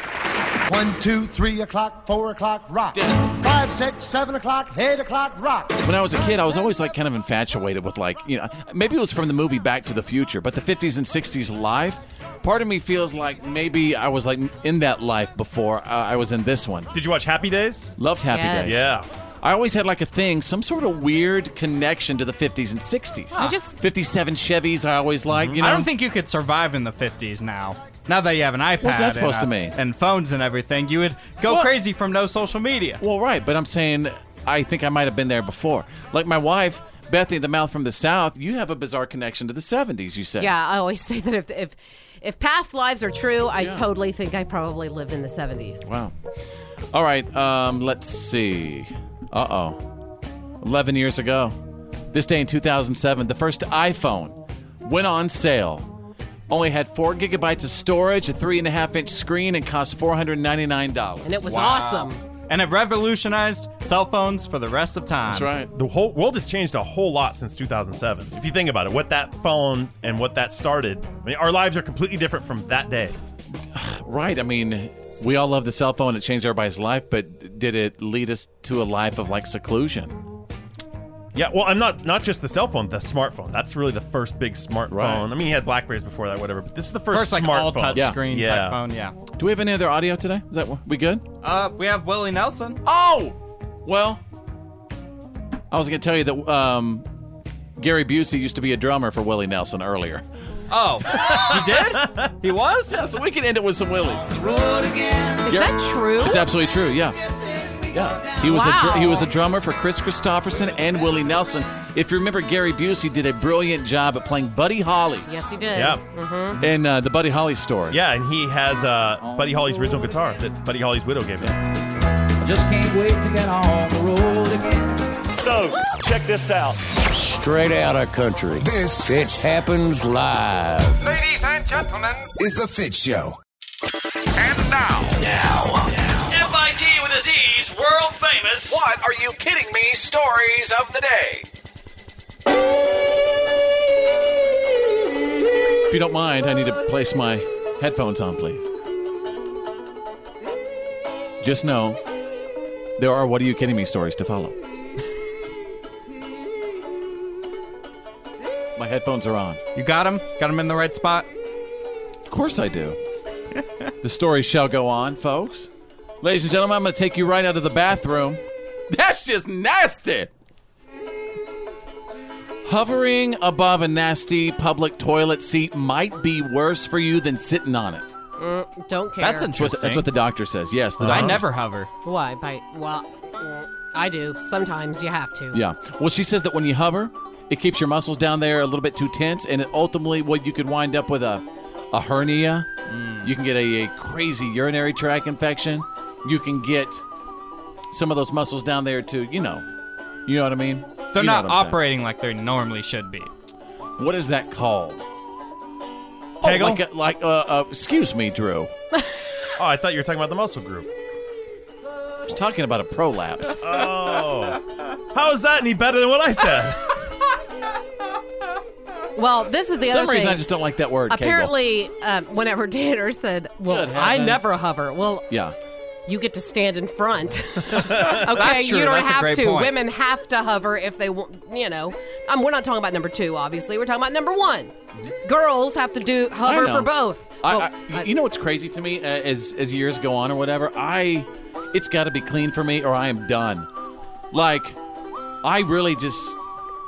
Speaker 20: One, two, three o'clock, four o'clock, rock. Five, six, seven o'clock, eight o'clock, rock.
Speaker 2: When I was a kid, I was always like kind of infatuated with like, you know, maybe it was from the movie Back to the Future, but the 50s and 60s life. Part of me feels like maybe I was like in that life before uh, I was in this one.
Speaker 3: Did you watch Happy Days?
Speaker 2: Loved Happy
Speaker 3: Yes.
Speaker 2: Days.
Speaker 3: Yeah.
Speaker 2: I always had like a thing, some sort of weird connection to the 50s and 60s.
Speaker 7: I just- Mm-hmm.
Speaker 2: 57 Chevys I always liked, you know.
Speaker 7: I don't think you could survive in the 50s now. Now that you have an iPad,
Speaker 2: What's that supposed
Speaker 7: and,
Speaker 2: to
Speaker 7: uh,
Speaker 2: mean?
Speaker 7: and phones and everything, you would go crazy from no social media.
Speaker 2: Well, right, but I'm saying I think I might have been there before. Like my wife, Bethany the Mouth from the South, you have a bizarre connection to the 70s, you said.
Speaker 8: Yeah, I always <laughs> say that if if if past lives are true, I totally think I probably lived in the 70s.
Speaker 2: Wow. All right, um, let's see. Uh oh. 11 years ago, this day in 2007, the first iPhone went on sale. Only had four gigabytes of storage, a three and a half inch screen, and cost $499.
Speaker 8: And it was awesome.
Speaker 7: And it revolutionized cell phones for the rest of time.
Speaker 3: The whole world has changed a whole lot since 2007. If you think about it, what that phone and what that started, I mean, our lives are completely different from that day.
Speaker 2: Right. I mean, we all love the cell phone. It changed everybody's life, but did it lead us to a life of like seclusion?
Speaker 3: Yeah, well, I'm not not just the cell phone, the smartphone. That's really the first big smartphone. I mean, you had Blackberries before that, whatever, but this is the first,
Speaker 7: First,
Speaker 3: smartphone.
Speaker 7: like, all touchscreen type phone, yeah.
Speaker 2: Do we have any other audio today? Is that we good?
Speaker 7: Uh, we have Willie Nelson.
Speaker 2: Oh! Well, I was going to tell you that um, Gary Busey used to be a drummer for Willie Nelson earlier.
Speaker 7: Oh, he did? He was?
Speaker 2: Yeah, so we can end it with some Willie.
Speaker 8: Is
Speaker 2: Yeah.
Speaker 8: that true?
Speaker 2: It's absolutely true. Yeah. Yeah. He was a dr-
Speaker 8: Wow.
Speaker 2: he was a drummer for Chris Christopherson and Willie Nelson. If you remember, Gary Busey did a brilliant job at playing Buddy Holly
Speaker 8: Yes, he did.
Speaker 3: Yeah.
Speaker 8: hmm
Speaker 2: in uh, the Buddy Holly story.
Speaker 3: Yeah, and he has uh, Buddy Holly's original guitar that Buddy Holly's widow gave him.
Speaker 1: Just can't wait to get on the road again. So, check this out.
Speaker 12: Straight out of country. This Fitch happens live.
Speaker 6: Ladies and gentlemen,
Speaker 12: Is the Fitch Show.
Speaker 6: FIT with a Z's, world famous. What are you kidding me? Stories of the day.
Speaker 2: If you don't mind, I need to place my headphones on, please. Just know there are what are you kidding me stories to follow. My headphones are on.
Speaker 7: You got him? Got him in the right spot?
Speaker 2: Of course I do. the story shall go on, folks. Ladies and gentlemen, I'm going to take you right out of the bathroom. <laughs> That's just nasty. Hovering above a nasty public toilet seat might be worse for you than sitting on it.
Speaker 8: Mm, don't care.
Speaker 2: That's what the, that's what the doctor says. Yes, the
Speaker 7: I
Speaker 2: doctor.
Speaker 7: never hover.
Speaker 8: Why? By well, mm, I do. Sometimes you have to.
Speaker 2: Yeah. Well, she says that when you hover, it keeps your muscles down there a little bit too tense, and it ultimately, what you could wind up with a, a hernia.
Speaker 7: Mm.
Speaker 2: You can get a, a crazy urinary tract infection. You can get some of those muscles down there too. You know, you know what I mean.
Speaker 7: They're
Speaker 2: You know
Speaker 7: not
Speaker 2: what I'm saying.
Speaker 7: operating like they normally should be.
Speaker 2: What is that called?
Speaker 3: Kegel?
Speaker 2: Oh, like, a, like uh, uh, excuse me, Drew.
Speaker 3: Oh, I thought you were talking about the muscle group.
Speaker 2: I was talking about a prolapse.
Speaker 3: Oh. How is that any better than what I said?
Speaker 8: Well, this is the
Speaker 2: some
Speaker 8: other
Speaker 2: reason
Speaker 8: thing.
Speaker 2: I just don't like that word. cable.
Speaker 8: Apparently, um, whenever <laughs> Tanner said, "Well,
Speaker 2: Good
Speaker 8: I
Speaker 2: heavens.
Speaker 8: never hover," well,
Speaker 2: Yeah.
Speaker 8: you get to stand in front. okay,
Speaker 2: <laughs> That's true.
Speaker 8: you don't
Speaker 2: That's a
Speaker 8: have
Speaker 2: great
Speaker 8: to.
Speaker 2: point.
Speaker 8: Women have to hover if they want. You know, um, we're not talking about number two. Obviously, we're talking about number one. Girls have to do hover
Speaker 2: I
Speaker 8: for
Speaker 2: know.
Speaker 8: both.
Speaker 2: I- I- you know what's crazy to me? Uh, as as years go on or whatever, I it's got to be clean for me or I am done. Like I really just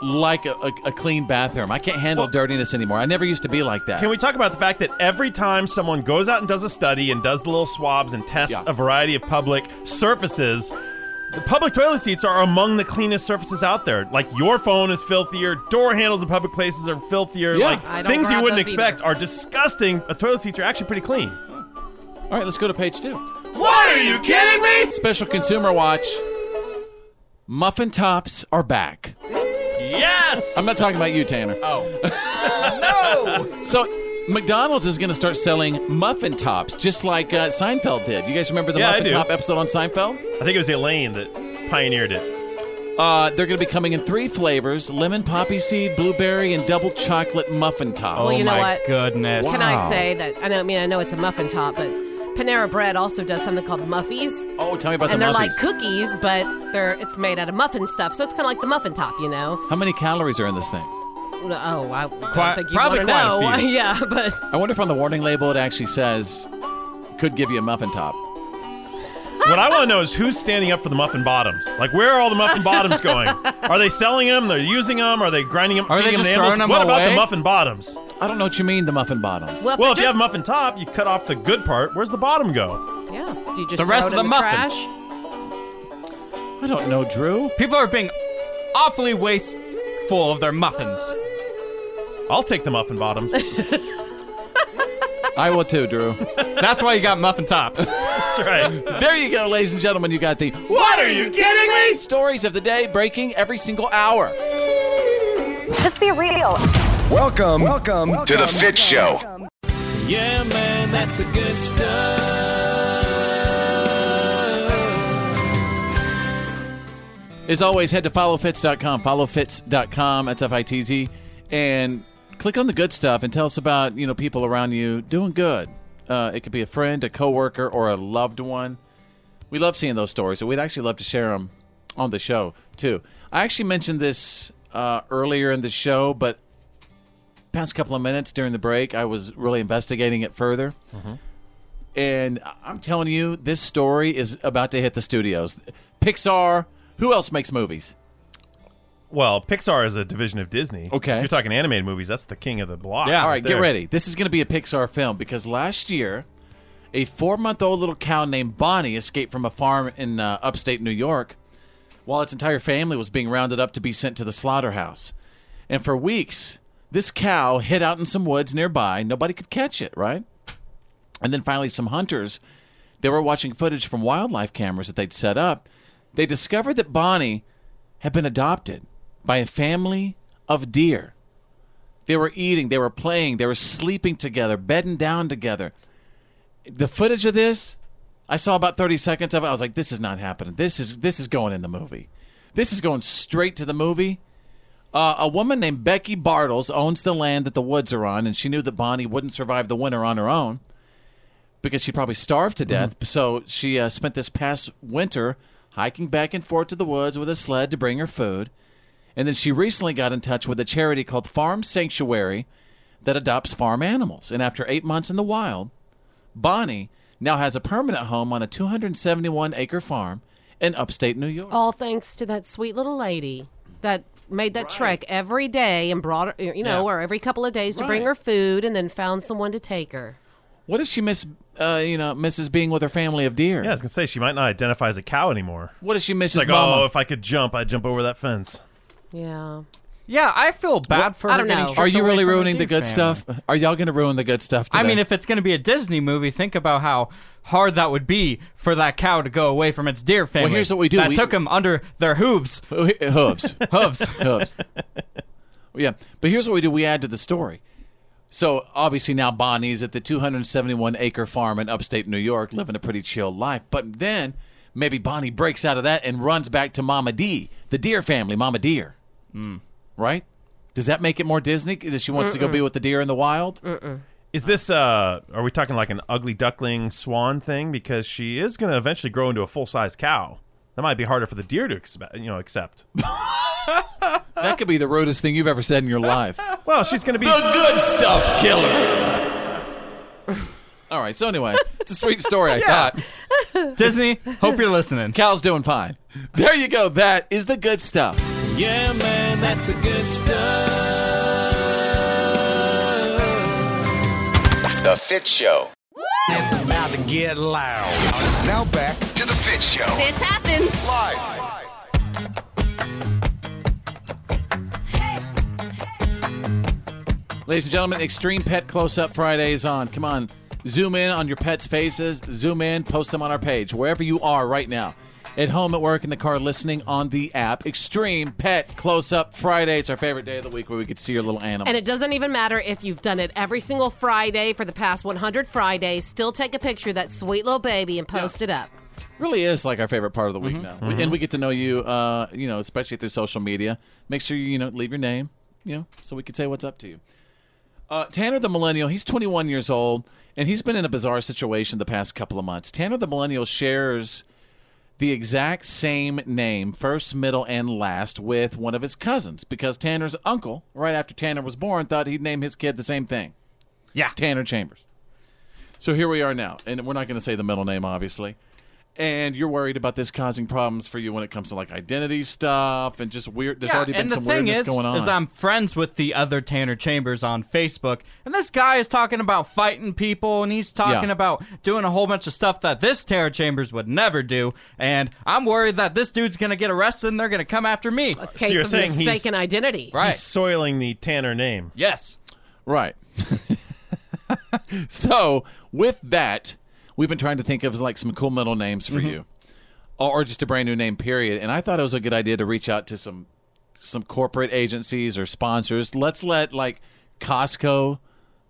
Speaker 2: like a, a, a clean bathroom. I can't handle dirtiness anymore. I never used to be like that.
Speaker 3: Can we talk about the fact that every time someone goes out and does a study and does the little swabs and tests a variety of public surfaces, the public toilet seats are among the cleanest surfaces out there. Like your phone is filthier, door handles in public places are filthier.
Speaker 2: Yeah. I
Speaker 3: Like
Speaker 2: don't
Speaker 3: things you
Speaker 2: grab
Speaker 3: wouldn't
Speaker 2: those
Speaker 3: expect are disgusting. But toilet seats are actually pretty clean. All
Speaker 2: right, let's go to page two.
Speaker 3: What are you kidding me?
Speaker 2: Special consumer watch. Muffin tops are back.
Speaker 3: Yes.
Speaker 2: I'm not talking about you, Tanner. <laughs>
Speaker 6: Oh. no.
Speaker 2: So McDonald's is going to start selling muffin tops, just like uh, Seinfeld did. You guys remember the
Speaker 3: Yeah, I
Speaker 2: muffin
Speaker 3: do.
Speaker 2: top episode on Seinfeld?
Speaker 3: I think it was Elaine that pioneered it.
Speaker 2: Uh, they're going to be coming in three flavors: lemon poppy seed, blueberry, and double chocolate muffin top.
Speaker 7: Oh
Speaker 8: Well,
Speaker 3: Oh,
Speaker 8: you know what?
Speaker 2: goodness!
Speaker 8: Can I say that? I know. I mean, I know it's a muffin top, but Panera Bread also does something called muffies.
Speaker 2: Oh, tell me about
Speaker 8: and
Speaker 2: the
Speaker 8: they're
Speaker 2: muffins.
Speaker 8: like cookies, but they're it's made out of muffin stuff, so it's kind of like the muffin top, you know.
Speaker 2: How many calories are in this thing?
Speaker 8: Oh, I don't
Speaker 2: Quite-
Speaker 8: think you
Speaker 2: probably
Speaker 8: want to
Speaker 2: quite a
Speaker 8: know. <laughs>
Speaker 2: few.
Speaker 8: yeah, but
Speaker 2: I wonder if on the warning label it actually says could give you a muffin top.
Speaker 3: what I want to know is who's standing up for the muffin bottoms. Like, where are all the muffin bottoms
Speaker 2: <laughs>
Speaker 3: going? Are they selling them? They're using them? Are they grinding them?
Speaker 2: Are they
Speaker 3: feeding
Speaker 2: just
Speaker 3: to animals?
Speaker 2: throwing 'em
Speaker 3: What about the
Speaker 2: away?
Speaker 3: muffin bottoms?
Speaker 2: I don't know what you mean, the muffin bottoms.
Speaker 3: Well,
Speaker 8: Well,
Speaker 3: if,
Speaker 8: if
Speaker 3: you
Speaker 8: they're just-
Speaker 3: have muffin top, you cut off the good part. Where's the bottom go?
Speaker 8: yeah. Do you just
Speaker 7: The rest
Speaker 8: throw it
Speaker 7: of the
Speaker 8: in
Speaker 7: muffin.
Speaker 8: trash?
Speaker 2: I don't know, Drew.
Speaker 7: People are being awfully wasteful of their muffins.
Speaker 3: I'll take the muffin bottoms.
Speaker 2: I will too, Drew.
Speaker 7: That's why you got muffin tops.
Speaker 3: That's right.
Speaker 2: There you go, ladies and gentlemen. You got the
Speaker 7: What are you kidding
Speaker 2: me? Stories of the day breaking every single hour.
Speaker 21: Just be real.
Speaker 12: Welcome, welcome,
Speaker 5: To the Fit Show.
Speaker 6: Yeah, man, that's the good stuff.
Speaker 2: As always, head to followfits.com, followfits.com, that's F I T Z, and click on the good stuff and tell us about, you know, people around you doing good. Uh, it could be a friend, a coworker, or a loved one. We love seeing those stories, and we'd actually love to share them on the show, too. I actually mentioned this uh, earlier in the show, but past couple of minutes during the break, I was really investigating it further. And I- I'm telling you, this story is about to hit the studios. Pixar, who else makes movies?
Speaker 3: Well, Pixar is a division of Disney.
Speaker 2: Okay.
Speaker 3: If you're talking animated movies, that's the king of the block.
Speaker 2: All right, get
Speaker 3: there.
Speaker 2: ready. This is going to be a Pixar film because last year, a four month old little cow named Bonnie escaped from a farm in uh, upstate New York while its entire family was being rounded up to be sent to the slaughterhouse. And for weeks, this cow hid out in some woods nearby. Nobody could catch it, right? And then finally, some hunters, they were watching footage from wildlife cameras that they'd set up. They discovered that Bonnie had been adopted by a family of deer. They were eating, they were playing, they were sleeping together, bedding down together. The footage of this, I saw about 30 seconds of it. I was like, this is not happening. This is this is going in the movie. This is going straight to the movie. Uh, a woman named Becky Bartles owns the land that the woods are on, and she knew that Bonnie wouldn't survive the winter on her own because she'd probably starve to death. So she uh, spent this past winter hiking back and forth to the woods with a sled to bring her food. And then she recently got in touch with a charity called Farm Sanctuary that adopts farm animals. And after eight months in the wild, Bonnie now has a permanent home on a 271 acre farm in upstate New
Speaker 7: Oh.
Speaker 2: York.
Speaker 8: All thanks to that sweet little lady that made that trek every day and brought her, you know,
Speaker 2: Yeah.
Speaker 8: or every couple of days to bring
Speaker 2: Right.
Speaker 8: her food, and then found someone to take her.
Speaker 2: What if she miss, uh, you know, misses being with her family of deer?
Speaker 3: Yeah, I was gonna say she might not identify as a cow anymore.
Speaker 2: What if she misses
Speaker 3: She's like,
Speaker 2: mama?
Speaker 3: oh, if I could jump, I'd jump over that fence.
Speaker 8: Yeah.
Speaker 7: Yeah, I feel bad for.
Speaker 8: I
Speaker 7: her
Speaker 8: don't
Speaker 7: getting
Speaker 8: know.
Speaker 7: stripped
Speaker 2: Are you
Speaker 7: away
Speaker 2: really
Speaker 7: from the
Speaker 2: ruining the
Speaker 7: Duke
Speaker 2: good
Speaker 7: family.
Speaker 2: stuff? Are y'all going to ruin the good stuff today?
Speaker 7: I mean, if it's going to be a Disney movie, think about how hard that would be for that cow to go away from its deer family.
Speaker 2: here's what we do.
Speaker 7: That
Speaker 2: We-
Speaker 7: took him under their hooves. <laughs>
Speaker 2: hooves. <laughs>
Speaker 7: hooves.
Speaker 2: hooves. Yeah, but here's what we do: we add to the story. So obviously now Bonnie's at the 271 acre farm in upstate New York, living a pretty chill life. But then maybe Bonnie breaks out of that and runs back to Mama D, the deer family, Mama Deer, right? Does that make it more Disney? That she wants to go
Speaker 8: Mm-mm.
Speaker 2: be with the deer in the wild?
Speaker 8: Mm-mm.
Speaker 3: Is this uh are we talking like an ugly duckling swan thing because she is going to eventually grow into a full-sized cow. That might be harder for the deer to expect, you know,
Speaker 2: <laughs>
Speaker 3: accept.
Speaker 2: That could be the rudest thing you've ever said in
Speaker 8: <laughs>
Speaker 2: your life.
Speaker 3: Well, she's going to be
Speaker 2: the good stuff killer. <laughs> All right. So anyway, it's a sweet story.
Speaker 8: <laughs>
Speaker 2: I thought.
Speaker 7: Disney, hope you're listening.
Speaker 2: Cal's doing fine. There you go. That is the good stuff.
Speaker 1: Yeah, man, that's the good stuff.
Speaker 12: The Fit Show.
Speaker 1: It's about to get loud.
Speaker 12: Now back to The Fit Show.
Speaker 1: Fits happens.
Speaker 12: Live.
Speaker 2: Ladies and gentlemen, Extreme Pet Close Up Friday is on. Come on, zoom in on your pets' faces, zoom in, post them on our page, wherever you are right now. At home, at work, in the car, listening on the app. Extreme Pet Close Up Friday. It's our favorite day of the week where we could see your little animal.
Speaker 8: And it doesn't even matter if you've done it every single Friday for the past 100 Fridays. Still take a picture of that sweet little baby and post it up.
Speaker 2: really is like our favorite part of the week now. We-
Speaker 7: Mhm.
Speaker 2: And we get to know you, uh, you know, especially through social media. Make sure you, you know, leave your name, you know, so we can say what's up to you. Uh, Tanner the Millennial, he's 21 years old, and he's been in a bizarre situation the past couple of months. Tanner the Millennial shares the exact same name, first, middle, and last, with one of his cousins because Tanner's uncle, right after Tanner was born, thought he'd name his kid the same thing.
Speaker 7: Yeah.
Speaker 2: Tanner Chambers. So here we are now, and we're not going to say the middle name, obviously. And you're worried about this causing problems for you when it comes to like identity stuff and just weird. There's
Speaker 7: Yeah,
Speaker 2: already been
Speaker 7: and
Speaker 2: some
Speaker 7: the thing
Speaker 2: weirdness
Speaker 7: is,
Speaker 2: going on.
Speaker 7: Is I'm friends with the other Tanner Chambers on Facebook, and this guy is talking about fighting people, and he's talking
Speaker 2: Yeah.
Speaker 7: about doing a whole bunch of stuff that this Tanner Chambers would never do. And I'm worried that this dude's gonna get arrested, and they're gonna come after me.
Speaker 2: Uh,
Speaker 8: Case of mistaken identity.
Speaker 3: He's soiling the Tanner name.
Speaker 7: Yes.
Speaker 2: Right. <laughs> so with that, we've been trying to think of like some cool middle names for
Speaker 3: Mm-hmm.
Speaker 7: Mhm.
Speaker 2: you, or, or just a brand new name, period. And I thought it was a good idea to reach out to some some corporate agencies or sponsors. Let's let like Costco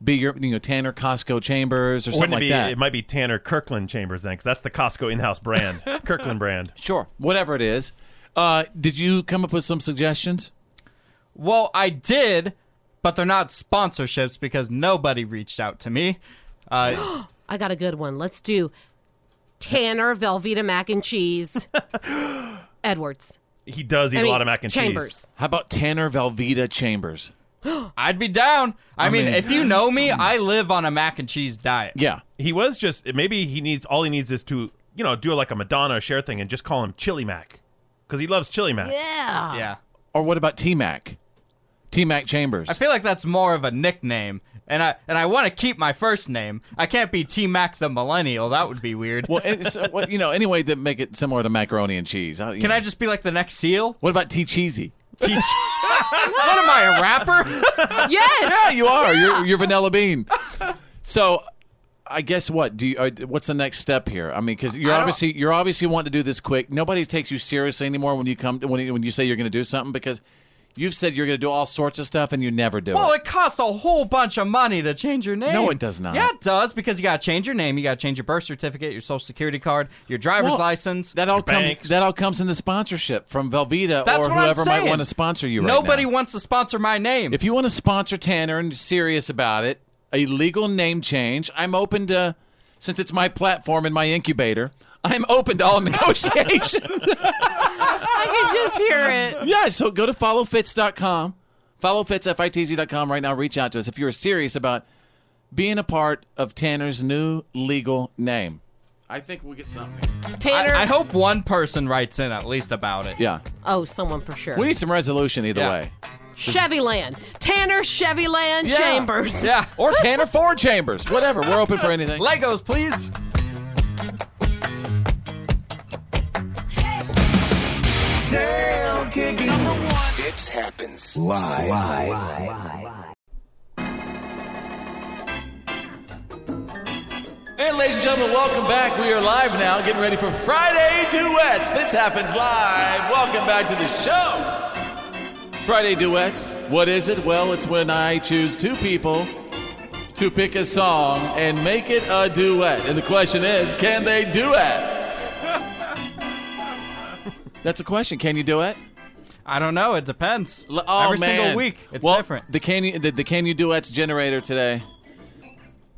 Speaker 2: be your you know Tanner Costco Chambers or
Speaker 3: Wouldn't
Speaker 2: something
Speaker 3: it
Speaker 2: like
Speaker 3: be,
Speaker 2: that.
Speaker 3: It might be Tanner Kirkland Chambers then, because that's the Costco in-house
Speaker 2: <laughs>
Speaker 3: brand, Kirkland brand.
Speaker 2: Sure, whatever it is. Uh, did you come up with some suggestions?
Speaker 7: Well, I did, but they're not sponsorships because nobody reached out to me. Uh,
Speaker 8: I got a good one. Let's do Tanner Velveeta mac and <laughs> cheese. Edwards.
Speaker 3: He does
Speaker 8: eat I a mean, lot of mac and cheese. Chambers.
Speaker 2: How about Tanner Velveeta Chambers?
Speaker 7: I'd be down. I,
Speaker 2: I
Speaker 7: mean,
Speaker 2: mean-
Speaker 7: if you know me, I live on a mac and cheese diet.
Speaker 2: Yeah.
Speaker 3: He was just maybe he needs all he needs is to you know do like a Madonna share thing and just call him Chili Mac because he loves Chili Mac.
Speaker 8: Yeah.
Speaker 7: Yeah.
Speaker 2: Or what about T Mac? T Mac Chambers.
Speaker 7: I feel like that's more of a nickname, and I and I want to keep my first name. I can't be T Mac the Millennial. That would be weird.
Speaker 2: well, it's, uh, what- you know, anyway, that make it similar to macaroni and cheese. I,
Speaker 7: Can I just be like the next
Speaker 2: <laughs>
Speaker 7: seal?
Speaker 2: What about T Cheesy?
Speaker 7: what am I, a
Speaker 2: <laughs>
Speaker 7: rapper?
Speaker 2: yeah, you are. You're, you're vanilla bean. So, I guess what do you? uh, What's the next step here? I mean, because you're
Speaker 7: I don't-
Speaker 2: obviously you're obviously wanting to do this quick. Nobody takes you seriously anymore when you come when you, when you say you're going to do something because you've said you're going to do all sorts of stuff and you never do
Speaker 7: Well,
Speaker 2: it.
Speaker 7: it costs a whole bunch of money to change your name.
Speaker 2: No, it does not.
Speaker 7: Yeah, it does because you got to change your name. You got to change your birth certificate, your social security card, your driver's
Speaker 2: Well,
Speaker 7: license.
Speaker 2: That all comes that all comes in the sponsorship from Velveeta
Speaker 7: That's
Speaker 2: or
Speaker 7: what I'm
Speaker 2: whoever might
Speaker 7: saying.
Speaker 2: want to sponsor you. right now.
Speaker 7: Nobody wants to sponsor my name.
Speaker 2: If you want to sponsor Tanner and you're serious about it, a legal name change, I'm open to, since it's my platform and my incubator, I'm open to all <laughs> negotiations.
Speaker 8: I <laughs> can just hear it.
Speaker 2: <laughs> yeah, so go to followfits.com, followfits, F-I-T-Z.com right now. Reach out to us if you're serious about being a part of Tanner's new legal name. I think we'll get something.
Speaker 8: Tanner.
Speaker 7: I, I hope one person writes in at least about it.
Speaker 2: Yeah.
Speaker 8: Oh, someone for sure.
Speaker 2: We need some resolution either
Speaker 7: Yeah.
Speaker 2: way.
Speaker 8: Chevyland. Tanner Chevyland
Speaker 2: Yeah.
Speaker 8: Chambers.
Speaker 7: Yeah.
Speaker 2: Or Tanner Ford Chambers. Whatever. We're open for anything.
Speaker 7: Legos, please.
Speaker 1: Down kicking. Number one.
Speaker 12: It happens live.
Speaker 2: And ladies and gentlemen, welcome back. We are live now, getting ready for Friday Duets. Fitz happens live. Welcome back to the show. Friday Duets. What is it? Well, it's when I choose two people to pick a song and make it a duet. And the question is, can they <laughs> duet? That's a question. Can you duet?
Speaker 7: I don't know. It depends.
Speaker 2: L- oh,
Speaker 7: Every
Speaker 2: man.
Speaker 7: single week, it's
Speaker 2: well,
Speaker 7: different.
Speaker 2: The can you the, the can you duets generator today.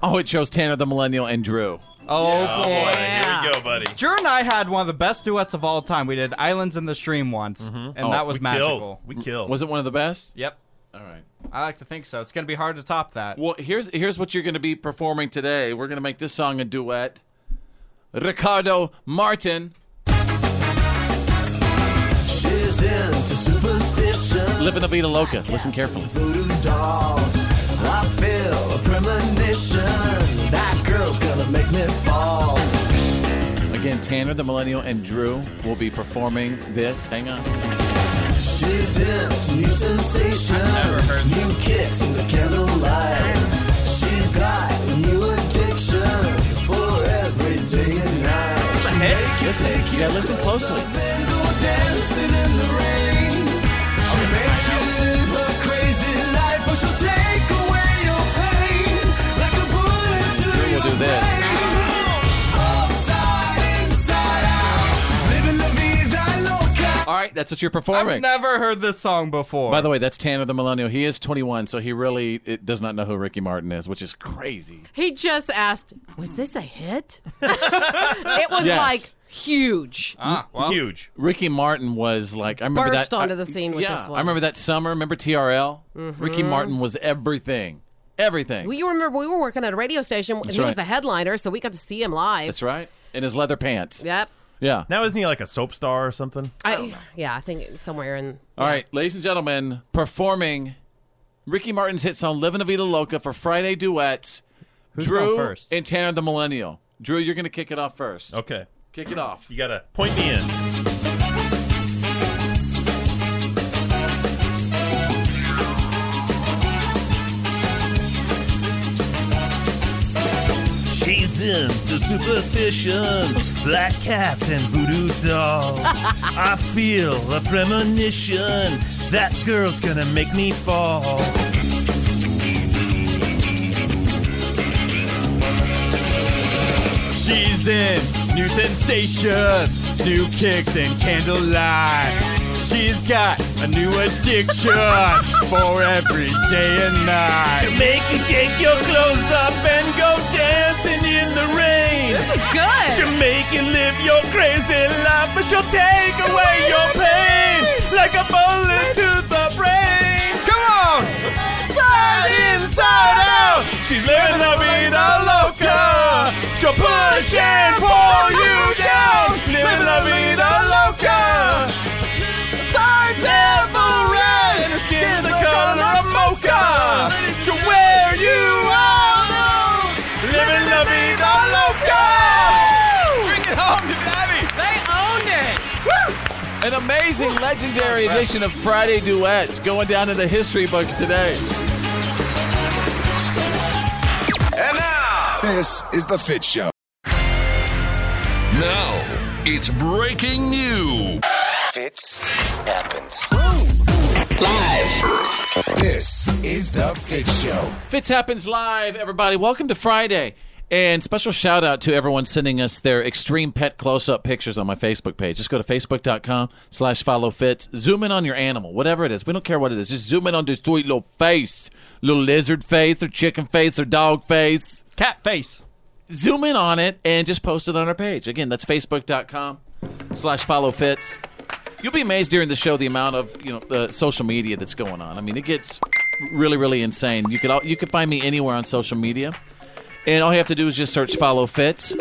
Speaker 2: Oh, it shows Tanner the Millennial and Drew.
Speaker 7: Oh,
Speaker 3: Oh, boy.
Speaker 7: boy.
Speaker 3: Here we go, buddy.
Speaker 7: Drew and I had one of the best duets of all time. We did Islands in the Stream once, and
Speaker 2: Oh,
Speaker 7: that was
Speaker 2: we
Speaker 7: magical.
Speaker 2: killed. We
Speaker 3: Oh.
Speaker 2: killed. Was it one of the best?
Speaker 7: Yep.
Speaker 2: All right.
Speaker 7: I like to think so. It's going to be hard to top that.
Speaker 2: Well, here's here's what you're going to be performing today. We're going to make this song a duet. Ricardo Martin,
Speaker 1: She's into superstition.
Speaker 2: Living the Vida Loca. Listen carefully.
Speaker 1: Voodoo dolls. I feel a premonition. That girl's gonna make me fall.
Speaker 2: Again, Tanner the Millennial and Drew will be performing this. Hang on.
Speaker 1: She's into new sensations. New kicks in the candlelight. She's got new addictions for every day and night. She make you
Speaker 2: Listen,
Speaker 1: take
Speaker 2: yeah,
Speaker 1: you
Speaker 2: listen closely.
Speaker 1: and go dancing in the rain. She'll make you live a crazy life, but she'll take away your pain like a bullet to
Speaker 2: Drew
Speaker 1: your
Speaker 2: will do this.
Speaker 1: brain. Upside, inside out. She's living la vida loca.
Speaker 2: All right, that's what you're performing.
Speaker 7: I've never heard this song before.
Speaker 2: By the way, that's Tanner the Millennial. He is 21, so he really it, does not know who Ricky Martin is, which is crazy.
Speaker 8: He just asked, "Was this a
Speaker 2: <laughs>
Speaker 8: hit?" it was
Speaker 2: Yes. Uh-huh.
Speaker 8: like huge.
Speaker 2: Huge. Ricky Martin was like, I remember
Speaker 8: Burst
Speaker 2: that.
Speaker 8: onto
Speaker 2: I,
Speaker 8: the scene with
Speaker 2: yeah,
Speaker 8: this one.
Speaker 2: I remember that summer. Remember TRL? Ricky
Speaker 8: Mhm.
Speaker 2: Martin was everything. Everything.
Speaker 8: Well, you remember we were working at a radio station, and
Speaker 2: That's
Speaker 8: he was
Speaker 2: right.
Speaker 8: the headliner, so we got to see him live.
Speaker 2: That's right. In his leather pants.
Speaker 8: Yep.
Speaker 2: Yeah.
Speaker 3: Now isn't he like a soap star or something?
Speaker 2: Oh.
Speaker 8: I, yeah, I think it's somewhere in.
Speaker 2: All right, ladies and gentlemen, performing Ricky Martin's hit song "Livin' La Vida Loca" for Friday duets.
Speaker 3: Who's
Speaker 2: Drew
Speaker 3: going first?
Speaker 2: and Tanner the Millennial. Drew, you're going to kick it off first.
Speaker 3: Okay.
Speaker 2: Kick it off.
Speaker 3: You gotta point me in.
Speaker 1: She's into superstition, black cats and voodoo dolls. I feel a premonition that girl's gonna make me fall.
Speaker 22: She's in new sensations, new kicks and candlelight. She's got a new addiction for every day and night.
Speaker 1: To make you take your clothes up and go dancing in the rain. This is good.
Speaker 2: <laughs>
Speaker 1: To make you live your crazy life, but you'll take away your pain like a bullet to the brain. Come on. Side inside out. She's living la vida loca. She'll push and pull you down. Living la vida loca. Side never red. And her skin's the color of mocha. She'll wear you out. Living la vida loca.
Speaker 2: Bring it home to daddy.
Speaker 1: They owned it.
Speaker 2: An amazing, legendary edition of Friday duets going down in the history books today.
Speaker 12: This is The Fit Show.
Speaker 5: Now, it's breaking news.
Speaker 12: Fits happens.
Speaker 5: Live.
Speaker 12: This is The Fit Show.
Speaker 2: Fitz happens live, everybody. Welcome to Friday. And special shout out to everyone sending us their extreme pet close up pictures on my Facebook page. Just go to facebook.com slash follow fits. Zoom in on your animal, whatever it is. We don't care what it is. Just zoom in on this sweet little face. Little lizard face or chicken face or dog face.
Speaker 7: Cat face.
Speaker 2: Zoom in on it and just post it on our page. Again, that's facebook.com slash follow fits. You'll be amazed during the show the amount of you know uh, social media that's going on. I mean, it gets really, really insane. You could all, you could find me anywhere on social media, and all you have to do is just search "Follow Fits."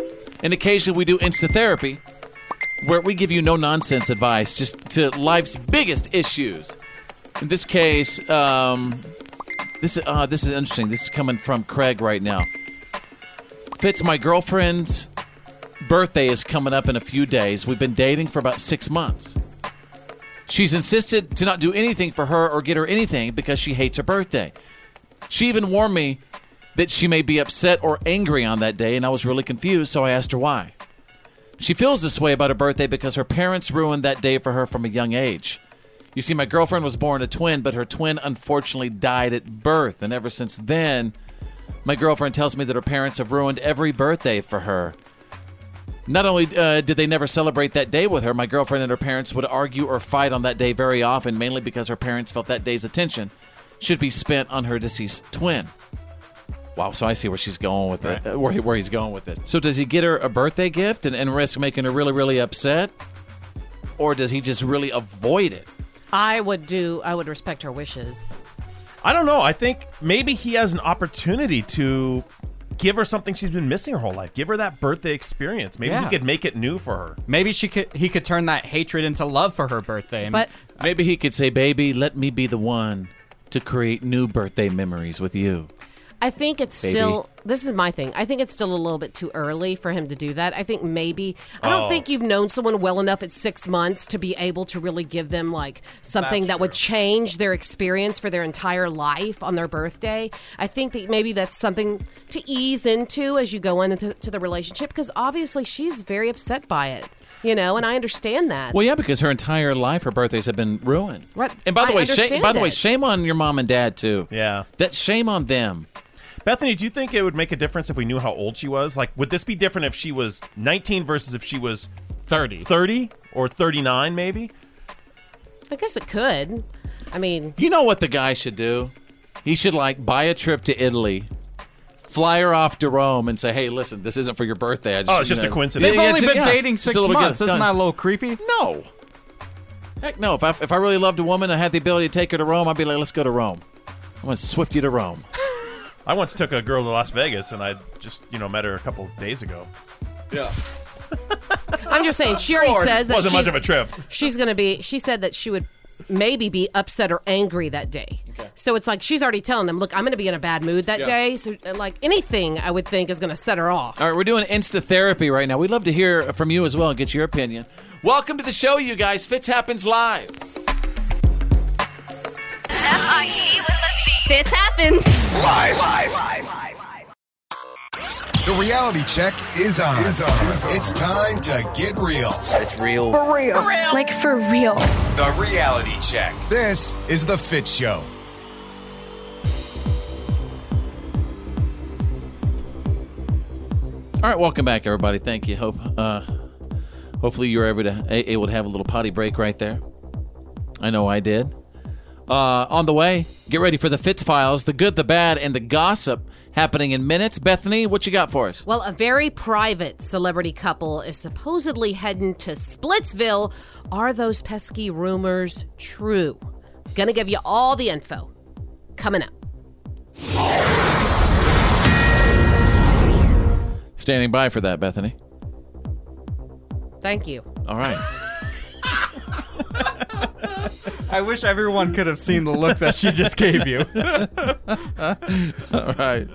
Speaker 2: And occasionally we do Insta therapy, where we give you no nonsense advice just to life's biggest issues. In this case, um, this uh, this is interesting. This is coming from Craig right now. Fitz, my girlfriend's birthday is coming up in a few days. We've been dating for about six months. She's insisted to not do anything for her or get her anything because she hates her birthday. She even warned me that she may be upset or angry on that day, and I was really confused, so I asked her why. She feels this way about her birthday because her parents ruined that day for her from a young age. You see, my girlfriend was born a twin, but her twin unfortunately died at birth, and ever since then, my girlfriend tells me that her parents have ruined every birthday for her. Not only uh, did they never celebrate that day with her, my girlfriend and her parents would argue or fight on that day very often, mainly because her parents felt that day's attention should be spent on her deceased twin. Wow, so I see where she's going with it, uh, where, he- where he's going with this. So does he get her a birthday gift and, and risk making her really, really upset? Or does he just really avoid it?
Speaker 8: I would do. I would respect her wishes.
Speaker 3: I don't know. I think maybe he has an opportunity to give her something she's been missing her whole life. Give her that birthday experience. Maybe
Speaker 7: Yeah.
Speaker 3: he could make it new for her.
Speaker 7: Maybe she could he could turn that hatred into love for her birthday. and-
Speaker 8: But
Speaker 2: Maybe he could say, Baby, let me be the one to create new birthday memories with you.
Speaker 8: I think it's
Speaker 2: Baby.
Speaker 8: still. This is my thing. I think it's still a little bit too early for him to do that. I think maybe. I don't
Speaker 2: Oh.
Speaker 8: think you've known someone well enough at six months to be able to really give them like something that would change their experience for their entire life on their birthday. I think that maybe that's something to ease into as you go into to the relationship because obviously she's very upset by it, you know, and I understand that.
Speaker 2: Well, yeah, because her entire life, her birthdays have been ruined.
Speaker 8: Right.
Speaker 2: And by the
Speaker 8: I
Speaker 2: way, shame,
Speaker 8: understand
Speaker 2: by the way,
Speaker 8: it.
Speaker 2: shame on your mom and dad too.
Speaker 3: Yeah,
Speaker 2: that's shame on them.
Speaker 3: Bethany, do you think it would make a difference if we knew how old she was? Like, would this be different if she was 19 versus if she was
Speaker 7: 30,
Speaker 3: 30 or 39, maybe?
Speaker 8: I guess it could. I mean,
Speaker 2: You know what the guy should do? He should like buy a trip to Italy, fly her off to Rome, and say, "Hey, listen, this isn't for your birthday. I just,
Speaker 3: Oh, it's
Speaker 2: you
Speaker 3: just
Speaker 2: know-
Speaker 3: a coincidence.
Speaker 7: They've
Speaker 2: Yeah, yeah,
Speaker 7: only
Speaker 2: it's-
Speaker 7: been
Speaker 2: yeah,
Speaker 7: dating
Speaker 2: just a
Speaker 7: six
Speaker 2: little
Speaker 7: months.
Speaker 2: get it
Speaker 7: Isn't that a
Speaker 2: done.
Speaker 7: little creepy?
Speaker 2: No. Heck no. If I if I really loved a woman, I had the ability to take her to Rome. I'd be like, "Let's go to Rome. I want to swift you to Rome."
Speaker 3: I once took a girl to Las Vegas and I just, you know, met her a couple days ago.
Speaker 2: Yeah.
Speaker 8: I'm just saying. She already says that
Speaker 3: wasn't much
Speaker 8: she's-
Speaker 3: of a trip.
Speaker 8: she's gonna be she said that she would maybe be upset or angry that day so it's like she's already telling them look i'm gonna be in a bad mood that
Speaker 2: Yeah.
Speaker 8: day so uh, like anything i would think is gonna set her off
Speaker 2: All right, we're doing Insta therapy right now. We'd love to hear from you as well and get your opinion. Welcome to the show, you guys. Fitz happens live.
Speaker 19: F-I-T with a C. Fits happens.
Speaker 12: Live.
Speaker 19: Live. Live.
Speaker 12: The reality check is on. It's, time to get real. It's real.
Speaker 15: For real. Like for real.
Speaker 12: The reality check. This is the Fit Show.
Speaker 2: All right, welcome back, everybody. Thank you. Hope, uh, hopefully, you're able to a- able to have a little potty break right there. I know I did. Uh, on the way, get ready for the Fitz files: the good, the bad, and the gossip happening in minutes. Bethany, what you got for us?
Speaker 8: well a very private celebrity couple is supposedly heading to splitsville are those pesky rumors true gonna give you all the info coming up
Speaker 2: Standing by for that, Bethany.
Speaker 8: thank you
Speaker 2: All right.
Speaker 7: I wish everyone could have seen the look that she just gave you.
Speaker 2: <laughs> All right.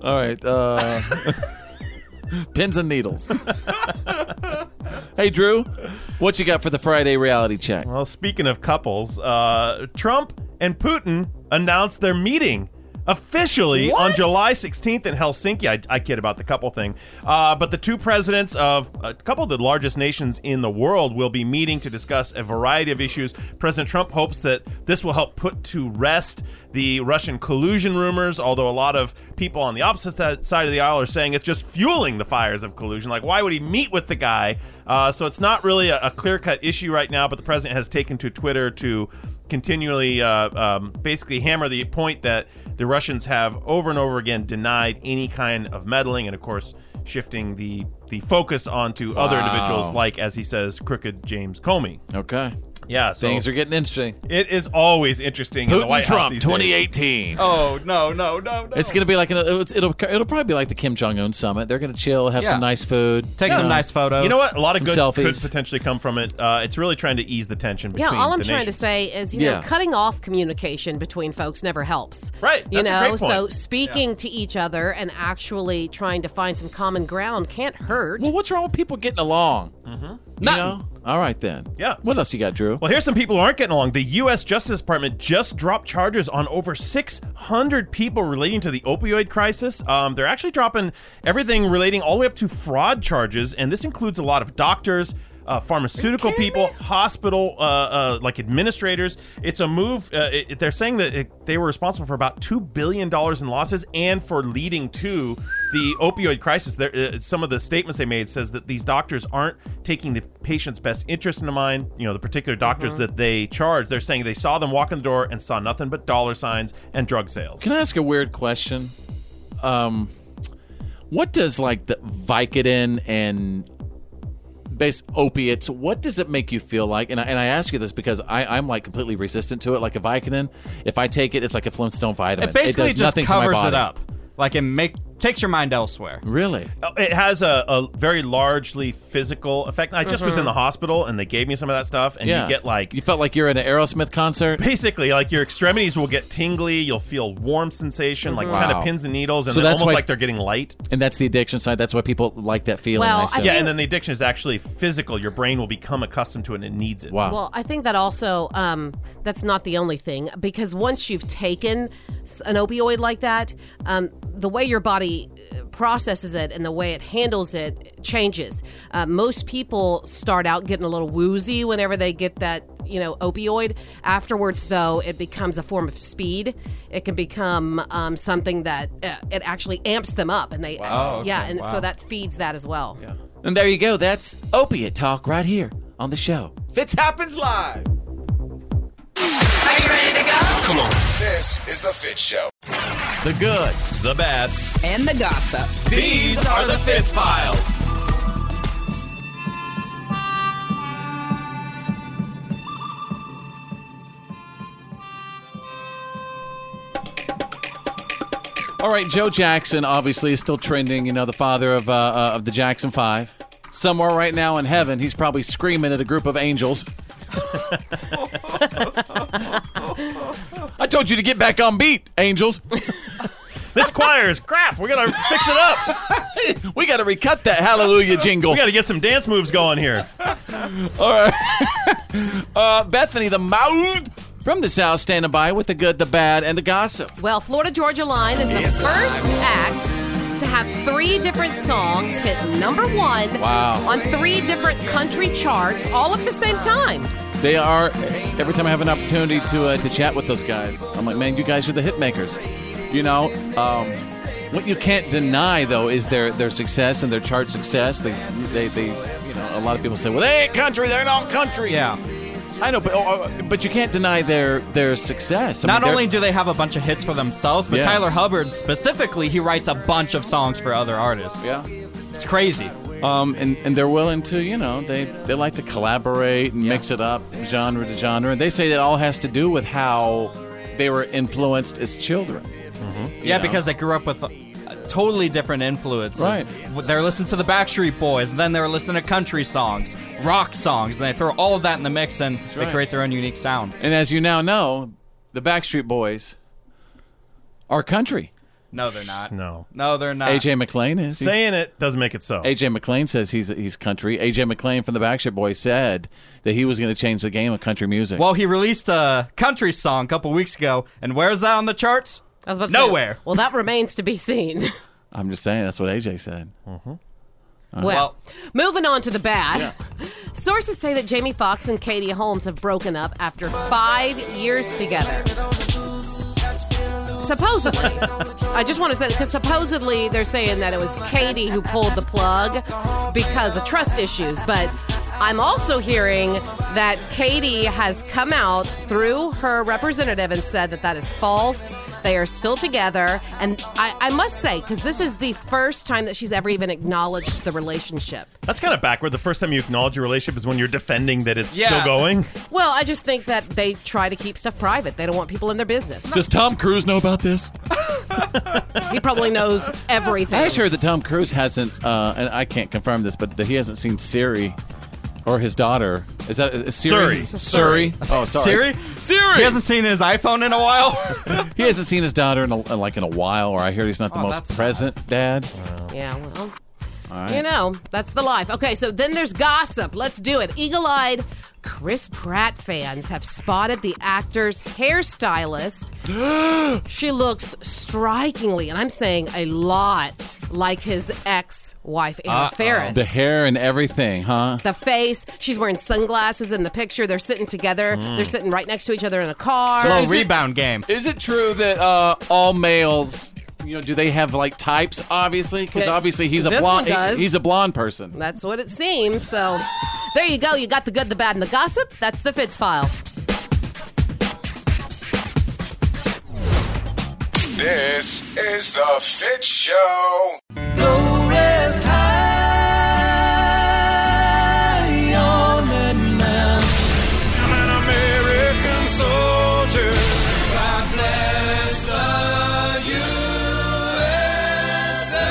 Speaker 2: All right. Uh, <laughs> pins and needles. hey, Drew, what you got for the Friday reality check?
Speaker 3: Well, speaking of couples, uh, Trump and Putin announced their meeting officially on July 16th in Helsinki. I, I kid about the couple thing. Uh, but the two presidents of a couple of the largest nations in the world will be meeting to discuss a variety of issues. President Trump hopes that this will help put to rest the Russian collusion rumors, although a lot of people on the opposite si- side of the aisle are saying it's just fueling the fires of collusion. Like, why would he meet with the guy? Uh, so it's not really a, a clear cut issue right now, but the president has taken to Twitter to continually uh, um, basically hammer the point that the Russians have over and over again denied any kind of meddling, and of course, shifting the, the focus onto other
Speaker 2: Wow.
Speaker 3: individuals, like, as he says, crooked James Comey.
Speaker 2: Okay.
Speaker 3: Yeah, so
Speaker 2: Things are getting interesting.
Speaker 3: it is always interesting. in the
Speaker 2: Putin
Speaker 3: White House
Speaker 2: Trump
Speaker 3: these days.
Speaker 2: 2018.
Speaker 7: Oh no no no no!
Speaker 2: It's gonna be like an it's, it'll it'll probably be like the Kim Jong Un summit. They're gonna chill, have some
Speaker 7: Yeah.
Speaker 2: nice food,
Speaker 7: Take
Speaker 2: you
Speaker 7: some
Speaker 2: know.
Speaker 7: nice photos.
Speaker 3: You know what? A lot of
Speaker 2: Some
Speaker 3: good could
Speaker 2: selfies.
Speaker 3: potentially come from it. Uh, it's really trying to ease the tension between.
Speaker 8: Yeah, all I'm
Speaker 3: the
Speaker 8: trying to
Speaker 3: nations.
Speaker 8: say is, you know,
Speaker 3: Yeah.
Speaker 8: cutting off communication between folks never helps.
Speaker 3: Right,
Speaker 8: you
Speaker 3: that's a
Speaker 8: know,
Speaker 3: great point.
Speaker 8: so speaking to each other and actually trying to find some common ground can't hurt. Well,
Speaker 2: what's wrong with people getting along?
Speaker 3: Mm-hmm.
Speaker 2: You know? All right then.
Speaker 3: Yeah.
Speaker 2: What else you got, Drew?
Speaker 3: Well, here's some people who aren't getting along. The U.S. Justice Department just dropped charges on over 600 people relating to the opioid crisis. Um, they're actually dropping everything relating all the way up to fraud charges, and this includes a lot of doctors, uh, pharmaceutical people, hospital uh, uh, like administrators. It's a move. Uh, it, they're saying that it, they were responsible for about two billion dollars in losses and for leading to the opioid crisis. There, uh, some of the statements they made says that these doctors aren't taking the patient's best interest into mind. You know, the particular doctors
Speaker 2: Mhm.
Speaker 3: that they charge. They're saying they saw them walk in the door and saw nothing but dollar signs and drug sales.
Speaker 2: Can I ask a weird question? Um, what does like the Vicodin and base opiates? What does it make you feel like? And I, and I ask you this because I, I'm like completely resistant to it. Like a Vicodin, if I take it, it's like a Flintstone vitamin.
Speaker 7: It basically
Speaker 2: does
Speaker 7: just
Speaker 2: nothing to my
Speaker 7: covers
Speaker 2: body. Mm.
Speaker 7: it up. Like it make takes your mind elsewhere.
Speaker 2: Really?
Speaker 3: Oh, It has a, a very largely physical effect. I just was
Speaker 7: Mhm.
Speaker 3: in the hospital and they gave me some of that stuff, and
Speaker 2: Mm-hmm. Yeah.
Speaker 3: you get like
Speaker 2: You felt like you're at an Aerosmith concert.
Speaker 3: basically like your extremities will get tingly. You'll feel warm sensation, like
Speaker 8: Mm-hmm.
Speaker 2: Mhm.
Speaker 3: kind
Speaker 2: Wow.
Speaker 3: of pins and needles, and
Speaker 2: So
Speaker 3: then
Speaker 2: that's
Speaker 3: almost
Speaker 2: why-
Speaker 3: like they're getting light.
Speaker 2: And that's the addiction side. That's why people like that feeling.
Speaker 8: Well,
Speaker 2: I
Speaker 8: I
Speaker 2: said.
Speaker 3: yeah, and then the addiction is actually physical. Your brain will become accustomed to it and it needs it.
Speaker 8: Well, I think that also um, that's not the only thing because once you've taken s- an opioid like that, um, the way your body uh, processes it and the way it handles it changes. Uh, most people start out getting a little woozy whenever they get that you know opioid. Afterwards, though, it becomes a form of speed. It can become um, something that uh, it actually amps them up, and they
Speaker 2: Wow, okay,
Speaker 8: yeah, and
Speaker 2: wow.
Speaker 8: so that feeds that as well. Yeah.
Speaker 2: And there you go. That's opiate talk right here on the show. Fitz happens live.
Speaker 12: Come on. This is the Fit Show.
Speaker 2: The good,
Speaker 3: the bad,
Speaker 9: and the gossip.
Speaker 12: These are the Fitz
Speaker 3: Files.
Speaker 2: All right, Joe Jackson obviously is still trending. You know, the father of uh, uh, of the Jackson Five. Somewhere right now in heaven, he's probably screaming at a group of angels. <laughs> I told you to get back on beat, angels.
Speaker 3: this choir
Speaker 2: <laughs>
Speaker 3: is crap. We're gonna fix it
Speaker 2: up. we gotta recut that hallelujah jingle.
Speaker 3: We got to get some dance moves going here.
Speaker 2: All right. uh, Bethany, the mouth from the South, standing by with the good, the bad, and the gossip.
Speaker 8: Well, Florida Georgia Line is the first act to have three different songs hit number one
Speaker 2: Wow.
Speaker 8: on three different country charts all at the same time.
Speaker 2: They are every time I have an opportunity to uh, to chat with those guys. I'm like, man, you guys are the hit makers. You know, um, what you can't deny though is their their success and their chart success. They they, they you know a lot of people say, well, they ain't country, they're not country. Yeah. I know, but oh, oh, but you can't deny their their success. I mean,
Speaker 7: Not
Speaker 2: they're-
Speaker 7: only do they have a bunch of hits for themselves, but
Speaker 2: Yeah.
Speaker 7: Tyler Hubbard specifically, he writes a bunch of songs for other artists.
Speaker 2: Yeah.
Speaker 7: It's crazy.
Speaker 2: Um, and, and they're willing to, you know, they, they like to collaborate and mix it up genre to genre. And they say that all has to do with how they were influenced as children. You
Speaker 7: Yeah,
Speaker 2: know?
Speaker 7: because they grew up with uh, totally different influences.
Speaker 2: Right.
Speaker 7: W- They're listening to the Backstreet Boys, and then they're listening to country songs, rock songs, and they throw all of that in the mix and they
Speaker 2: right.
Speaker 7: create their own unique sound.
Speaker 2: And as you now know, the Backstreet Boys are country.
Speaker 7: No, they're not.
Speaker 3: No.
Speaker 7: No, they're not.
Speaker 2: AJ McLean is
Speaker 3: Saying it doesn't make it so.
Speaker 2: AJ McLean says he's he's country. AJ McLean from the Backstreet Boys said that he was going to change the game of country music.
Speaker 7: Well, he released a country song a couple weeks ago, and where's that on the charts?
Speaker 8: I was about to say-
Speaker 7: Nowhere.
Speaker 8: well, that remains to be seen.
Speaker 2: I'm just saying that's what AJ said.
Speaker 8: Well, moving on to the bad. Sources say that Jamie Foxx and Katie Holmes have broken up after five years together. Supposedly. I just want to say, because supposedly they're saying that it was Katie who pulled the plug because of trust issues. But I'm also hearing that Katie has come out through her representative and said that that is false. They are still together. And I, I must say, because this is the first time that she's ever even acknowledged the relationship.
Speaker 3: That's kind of backward. The first time you acknowledge your relationship is when you're defending that it's
Speaker 8: Yeah.
Speaker 3: still going.
Speaker 8: Well, I just think that they try to keep stuff private. They don't want people in their business.
Speaker 2: Does Tom Cruise know about this?
Speaker 8: He probably knows
Speaker 2: I
Speaker 8: everything.
Speaker 2: just heard that Tom Cruise hasn't, uh, and I can't confirm this, but that he hasn't seen Siri or his daughter. Is that is Siri?
Speaker 7: Surrey.
Speaker 2: Siri. Oh, sorry.
Speaker 7: Siri?
Speaker 2: Siri.
Speaker 7: He hasn't seen his iPhone in a while. <laughs>
Speaker 2: He hasn't Oh, seen his daughter in a, like in a while, or I hear he's not the most present dad.
Speaker 8: yeah, well,
Speaker 2: All right.
Speaker 8: You know, that's the life. Okay, so then there's gossip. Let's do it. Eagle eyed Chris Pratt fans have spotted the actor's
Speaker 2: <gasps>
Speaker 8: hairstylist. she looks strikingly, and I'm saying a lot, like his ex wife, Anna
Speaker 2: Uh-oh.
Speaker 8: Faris.
Speaker 2: The hair and everything, huh?
Speaker 8: The face. She's wearing sunglasses in the picture. They're sitting together.
Speaker 2: Mm.
Speaker 8: They're sitting right next to each other in a car.
Speaker 2: is it- Is it true that uh, all males, you know, do they have like types? Obviously, because
Speaker 8: Okay.
Speaker 2: obviously he's a
Speaker 8: This one
Speaker 2: blonde.
Speaker 8: does.
Speaker 2: He's a blonde person.
Speaker 8: That's what it seems. So there you go. You got the good, the bad, and the gossip. That's the Fitz Files.
Speaker 12: This is the Fit Show.
Speaker 1: I'm an American soldier. God bless the USA.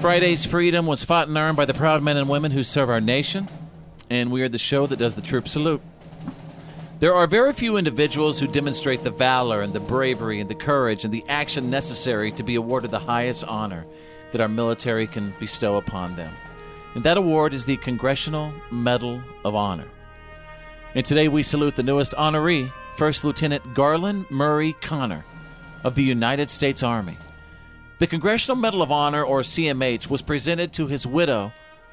Speaker 2: Friday's freedom was fought and earned by the proud men and women who serve our nation, and we are the show that does the troop salute. There are very few individuals who demonstrate the valor and the bravery and the courage and the action necessary to be awarded the highest honor that our military can bestow upon them. And that award is the Congressional Medal of Honor. And today we salute the newest honoree, First Lieutenant Garland Murray Connor of the United States Army. The Congressional Medal of Honor, or CMH, was presented to his widow,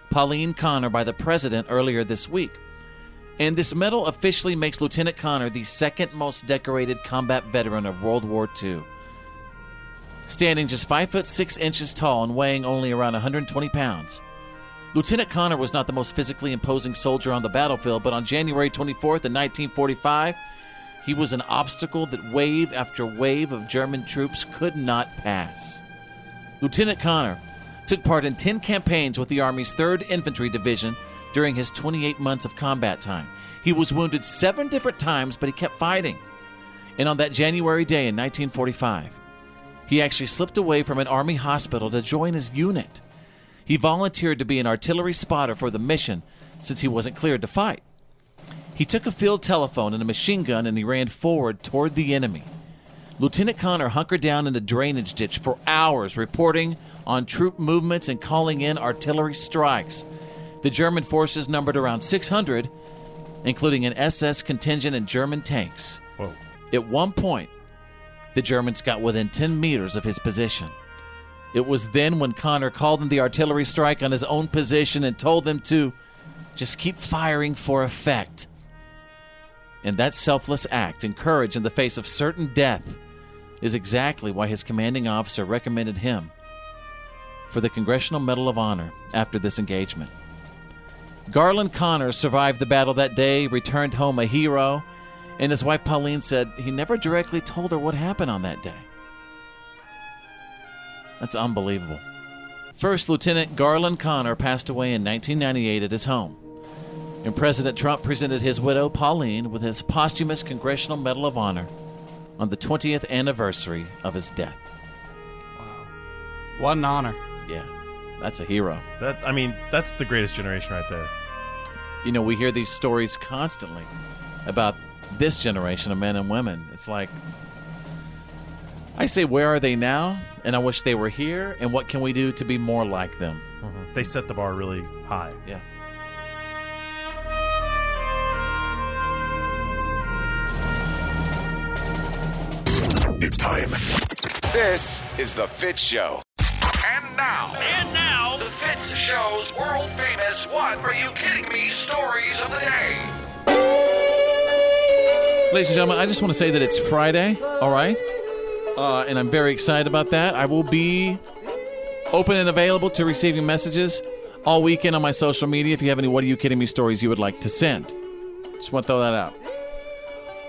Speaker 2: Pauline Connor, by the president earlier this week. And this medal officially makes Lieutenant Connor the second most decorated combat veteran of World War II. Standing just 5 foot 6 inches tall and weighing only around 120 pounds, Lieutenant Connor was not the most physically imposing soldier on the battlefield, but on January 24th in 1945, he was an obstacle that wave after wave of German troops could not pass. Lieutenant Connor took part in 10 campaigns with the Army's 3rd Infantry Division during his 28 months of combat time. He was wounded seven different times, but he kept fighting. And on that January day in 1945, he actually slipped away from an Army hospital to join his unit. He volunteered to be an artillery spotter for the mission since he wasn't cleared to fight. He took a field telephone and a machine gun and he ran forward toward the enemy. Lieutenant Connor hunkered down in a drainage ditch for hours, reporting on troop movements and calling in artillery strikes. The German forces numbered around 600, including an SS contingent and German tanks. At one point, the Germans got within 10 meters of his position. It was then when Connor called in the artillery strike on his own position and told them to just keep firing for effect. And that selfless act and courage in the face of certain death is exactly why his commanding officer recommended him for the Congressional Medal of Honor after this engagement. Garland Connor survived the battle that day, returned home a hero, and his wife Pauline said he never directly told her what happened on that day. That's unbelievable. First Lieutenant Garland Connor passed away in 1998 at his home. And President Trump presented his widow, Pauline, with his posthumous Congressional Medal of Honor on the 20th anniversary of his death.
Speaker 7: What an honor.
Speaker 2: Yeah, that's a hero.
Speaker 3: That I mean, that's the greatest generation right there.
Speaker 2: You know, we hear these stories constantly about this generation of men and women. It's like, I say, where are they now? And I wish they were here. And what can we do to be more like them?
Speaker 3: Mm-hmm. They set the bar really high.
Speaker 2: Yeah.
Speaker 12: It's time. This is the Fit Show.
Speaker 6: And now, and now, the Fitz Show's world famous What Are You Kidding Me stories of the day.
Speaker 2: Ladies and gentlemen, I just want to say that it's Friday, all right? Uh, and I'm very excited about that. I will be open and available to receiving messages all weekend on my social media if you have any What Are You Kidding Me stories you would like to send. Just want to throw that out.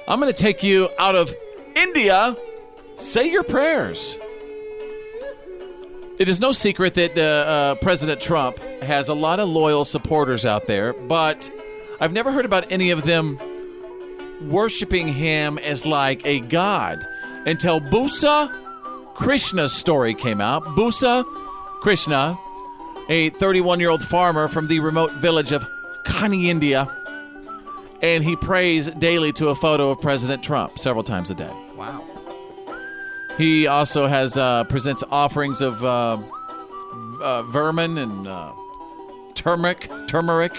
Speaker 2: I'm going to take you out of India Say your prayers. It is no secret that uh, uh, President Trump has a lot of loyal supporters out there, but I've never heard about any of them worshiping him as like a god until Busa Krishna's story came out. Busa Krishna, a 31 year old farmer from the remote village of Kani, India, and he prays daily to a photo of President Trump several times a day.
Speaker 7: Wow.
Speaker 2: He also has uh, presents offerings of uh, v- uh, vermin and uh, turmeric, turmeric,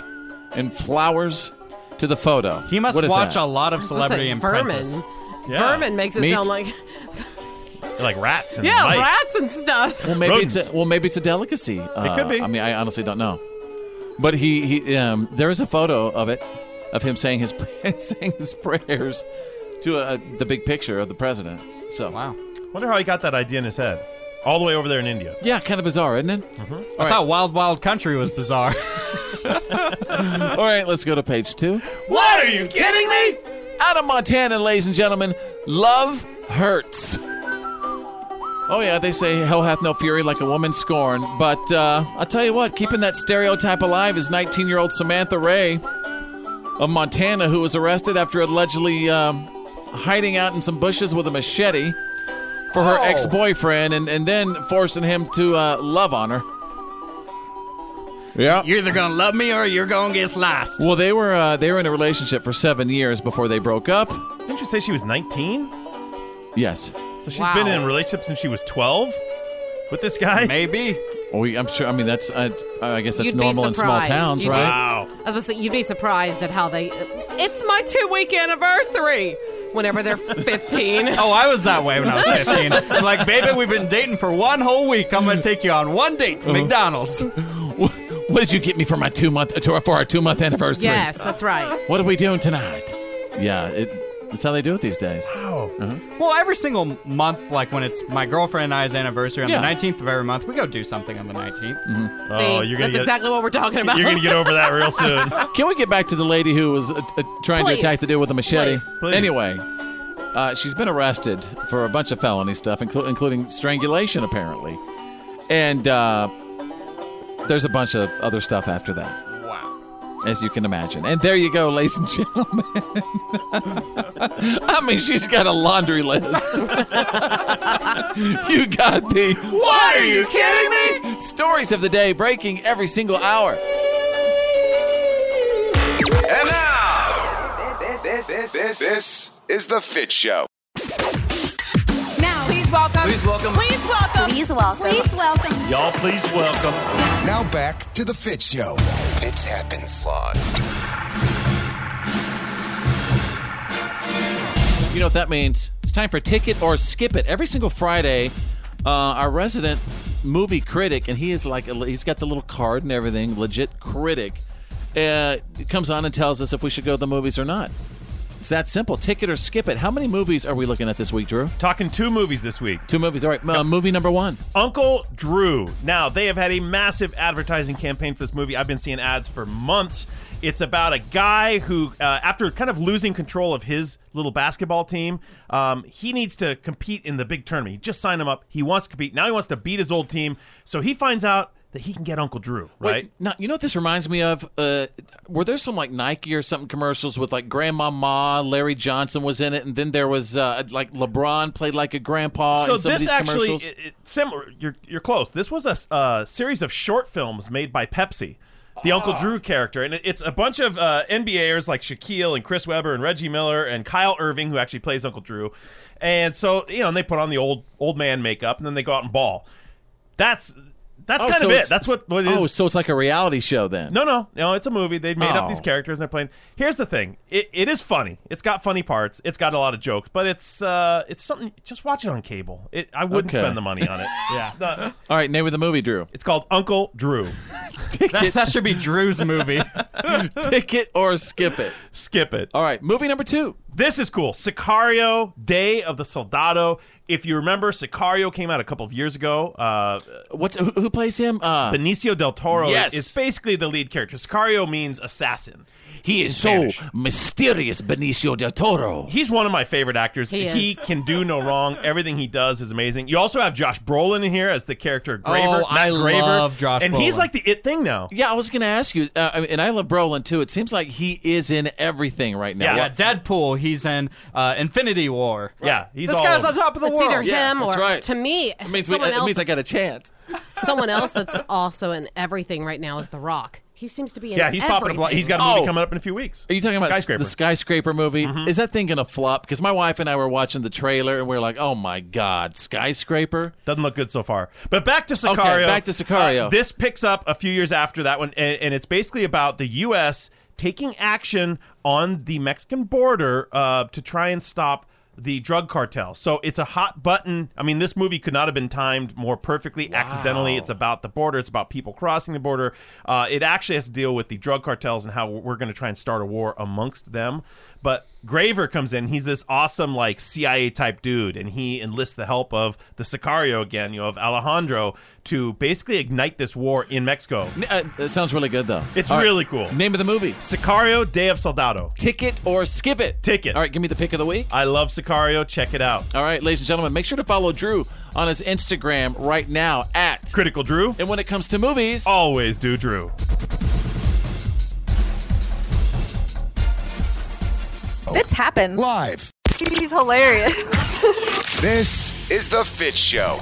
Speaker 2: and flowers to the photo.
Speaker 7: He must
Speaker 2: What is
Speaker 7: watch a
Speaker 2: that?
Speaker 7: lot of Celebrity
Speaker 8: like
Speaker 7: Apprentice.
Speaker 8: vermin.
Speaker 2: Yeah.
Speaker 8: Vermin makes it
Speaker 2: Meat.
Speaker 8: sound like
Speaker 3: like rats and
Speaker 8: yeah,
Speaker 2: mice.
Speaker 8: rats and stuff.
Speaker 2: Well, maybe it's a, well, maybe it's a delicacy. Uh,
Speaker 8: could be.
Speaker 2: I mean, I honestly don't know. But he, he um, there is a photo of it, of him saying his <laughs> saying his prayers to uh the big picture of the president. So wow.
Speaker 3: Wonder how he got that idea in his head, all the way over there in India.
Speaker 2: Yeah, kind of bizarre, isn't it?
Speaker 7: I thought Wild Wild Country was bizarre.
Speaker 2: All right, let's go to page two.
Speaker 1: What are you kidding me?
Speaker 2: Out of Montana, ladies and gentlemen, love hurts. Oh yeah, they say hell hath no fury like a woman scorned. But uh, I'll tell you what, keeping that stereotype alive is 19-year-old Samantha Ray of Montana, who was arrested after allegedly um, hiding out in some bushes with a machete for her
Speaker 1: Oh.
Speaker 2: ex-boyfriend, and, and then forcing him to uh, love on her. Yeah.
Speaker 7: <laughs> You're either gonna love me or you're gonna get sliced.
Speaker 2: Well, they were uh, they were in a relationship for seven years before they broke up.
Speaker 3: Didn't you say she was 19?
Speaker 2: Yes.
Speaker 3: So she's
Speaker 2: Wow.
Speaker 3: been in a relationship since she was 12 with this guy?
Speaker 7: Maybe.
Speaker 2: Oh, I'm sure. I mean, that's I, I guess that's
Speaker 8: You'd be
Speaker 2: normal in small
Speaker 8: surprised.
Speaker 2: towns,
Speaker 8: You'd be-
Speaker 2: right?
Speaker 8: I was gonna say you'd be surprised at how they. It's my two week anniversary. Whenever <laughs> they're 15.
Speaker 7: Oh, I was that way when I was <laughs> 15. I'm like, baby, we've been dating for one whole week. I'm gonna take you on one date to McDonald's. <laughs>
Speaker 2: What did you get me for my two month to- for our two month
Speaker 8: <laughs>
Speaker 2: anniversary?
Speaker 8: yes, that's right.
Speaker 2: What are we doing tonight? Yeah, it, that's how they do it these days. Wow.
Speaker 7: Well, every single month, like when it's my girlfriend and I's anniversary on
Speaker 2: Yeah.
Speaker 7: the 19th of every month, we go do something on the 19th.
Speaker 3: Oh,
Speaker 2: Mhm.
Speaker 8: See, that's exactly what we're talking about. <laughs>
Speaker 2: Can we get back to the lady who was uh, uh, trying to
Speaker 8: Please.
Speaker 2: attack the dude with a machete?
Speaker 8: Please. Please.
Speaker 2: Anyway, uh, she's been arrested for a bunch of felony stuff, inclu- including strangulation, apparently. And uh, there's a bunch of other stuff after that. Wow. As you can imagine. And there you go, ladies and gentlemen. <laughs> I mean, she's got a laundry list. <laughs> you got the.
Speaker 1: What are you kidding
Speaker 2: me? Stories of the day breaking every single hour.
Speaker 12: And This is the Fit Show.
Speaker 1: Now, please welcome.
Speaker 12: Please welcome.
Speaker 1: Please welcome. Please welcome. Please welcome.
Speaker 12: Y'all, please welcome. Now back to the Fit Show. Fits happens live.
Speaker 2: You know what that means? It's time for Tick It or Skip It. Every single Friday, uh, our resident movie critic, and he is like, he's got the little card and everything, legit critic, uh, comes on and tells us if we should go to the movies or not. It's that simple. Tick it or skip it. How many movies are we looking at this week, Drew?
Speaker 3: Talking two movies this week.
Speaker 2: Two movies. All right. Uh, movie number one.
Speaker 3: Uncle Drew. Now, they have had a massive advertising campaign for this movie. I've been seeing ads for months. It's about a guy who, uh, after kind of losing control of his little basketball team, um, he needs to compete in the big tournament. He just signed him up. He wants to compete. Now he wants to beat his old team. So he finds out that he can get Uncle Drew, right?
Speaker 2: Wait, now, you know what this reminds me of? Uh, were there some like Nike or something commercials with like Grandma Ma, Larry Johnson was in it, and then there was uh, like LeBron played like a grandpa
Speaker 3: so
Speaker 2: in some
Speaker 3: this
Speaker 2: of these
Speaker 3: actually
Speaker 2: commercials?
Speaker 3: It, it- similar. You're you're close. This was a s- uh, series of short films made by Pepsi. The Uncle
Speaker 2: Ah.
Speaker 3: Drew character, and it- it's a bunch of uh, NBAers like Shaquille and Chris Webber and Reggie Miller and Kyle Irving, who actually plays Uncle Drew, and so you know, and they put on the old old man makeup, and then they go out and ball. That's that's
Speaker 2: Oh,
Speaker 3: kind
Speaker 2: so
Speaker 3: of it.
Speaker 2: it's-
Speaker 3: That's what, what it is.
Speaker 2: Oh, so it's like a reality show then.
Speaker 3: No, no, no. It's a movie. They made
Speaker 2: Oh.
Speaker 3: up these characters and they're playing. Here's the thing. It, it is funny. It's got funny parts. It's got a lot of jokes, but it's uh, it's something. Just watch it on cable. It, I wouldn't
Speaker 2: Okay. <laughs>
Speaker 3: spend the money on it. yeah. <laughs>
Speaker 2: All right, name of the movie, Drew.
Speaker 3: It's called Uncle Drew.
Speaker 7: that, that should be Drew's movie. <laughs>
Speaker 2: Ticket or skip it.
Speaker 3: Skip it.
Speaker 2: All right, movie number two.
Speaker 3: This is cool. Sicario, Day of the Soldado. If you remember, Sicario came out a couple of years ago. Uh,
Speaker 2: What's who, who plays him? Uh,
Speaker 3: Benicio del Toro
Speaker 2: Yes.
Speaker 3: is basically the lead character. Sicario means assassin.
Speaker 2: He is so mysterious, Benicio del Toro.
Speaker 3: He's one of my favorite actors.
Speaker 2: He
Speaker 3: He,
Speaker 2: is.
Speaker 3: can do no wrong. Everything he does is amazing. You also have Josh Brolin in here as the character Graver.
Speaker 2: Oh,
Speaker 3: not
Speaker 2: I
Speaker 3: Graver.
Speaker 2: love Josh
Speaker 3: And he's
Speaker 2: Brolin.
Speaker 3: like the it thing now.
Speaker 2: Yeah, I was going to ask you, uh, I mean, and I love Brolin too. It seems like he is in everything right now.
Speaker 7: yeah,
Speaker 2: What-
Speaker 7: Deadpool. He's in uh, Infinity War.
Speaker 2: Yeah,
Speaker 7: this guy's on top of the
Speaker 8: it's
Speaker 7: world.
Speaker 8: either him or to me,
Speaker 2: It means, we,
Speaker 8: someone
Speaker 2: it
Speaker 8: else.
Speaker 2: means I got a chance.
Speaker 8: someone else that's also in everything right now is The Rock. He seems to be in
Speaker 3: Yeah, he's popping up a lot.
Speaker 8: everything.
Speaker 3: He's got a movie
Speaker 2: Oh.
Speaker 3: coming up in a few weeks.
Speaker 2: Are you talking about s-
Speaker 3: Skyscraper. Mm-hmm.
Speaker 2: the skyscraper movie? Is that thing gonna flop? Because my wife and I were watching the trailer and we are like, "Oh my god, skyscraper!"
Speaker 3: Doesn't look good so far. But back to Sicario.
Speaker 2: Okay, back to Sicario.
Speaker 3: Uh, this picks up a few years after that one, and, and it's basically about the U.S. taking action on the Mexican border uh, to try and stop the drug cartel. So it's a hot button. I mean, this movie could not have been timed more perfectly. Accidentally, it's about the border. It's about people crossing the border. Uh, it actually has to deal with the drug cartels and how we're going to try and start a war amongst them. But Graver comes in. He's this awesome, like CIA type dude, and he enlists the help of the Sicario again, you know, of Alejandro, to basically ignite this war in Mexico.
Speaker 2: Uh, it sounds really good though.
Speaker 3: It's
Speaker 2: All right.
Speaker 3: really cool.
Speaker 2: Name of the movie:
Speaker 3: Sicario, Day of Soldado.
Speaker 2: Ticket or Skip It.
Speaker 3: Ticket.
Speaker 2: All right, give me the pick of the week.
Speaker 3: I love Sicario. Check it out.
Speaker 2: All right, ladies and gentlemen, make sure to follow Drew on his Instagram right now at
Speaker 3: Critical Drew.
Speaker 2: And when it comes to movies,
Speaker 3: always do Drew.
Speaker 15: Fitz happens.
Speaker 12: Live.
Speaker 15: He's hilarious.
Speaker 12: <laughs> This is The Fit Show.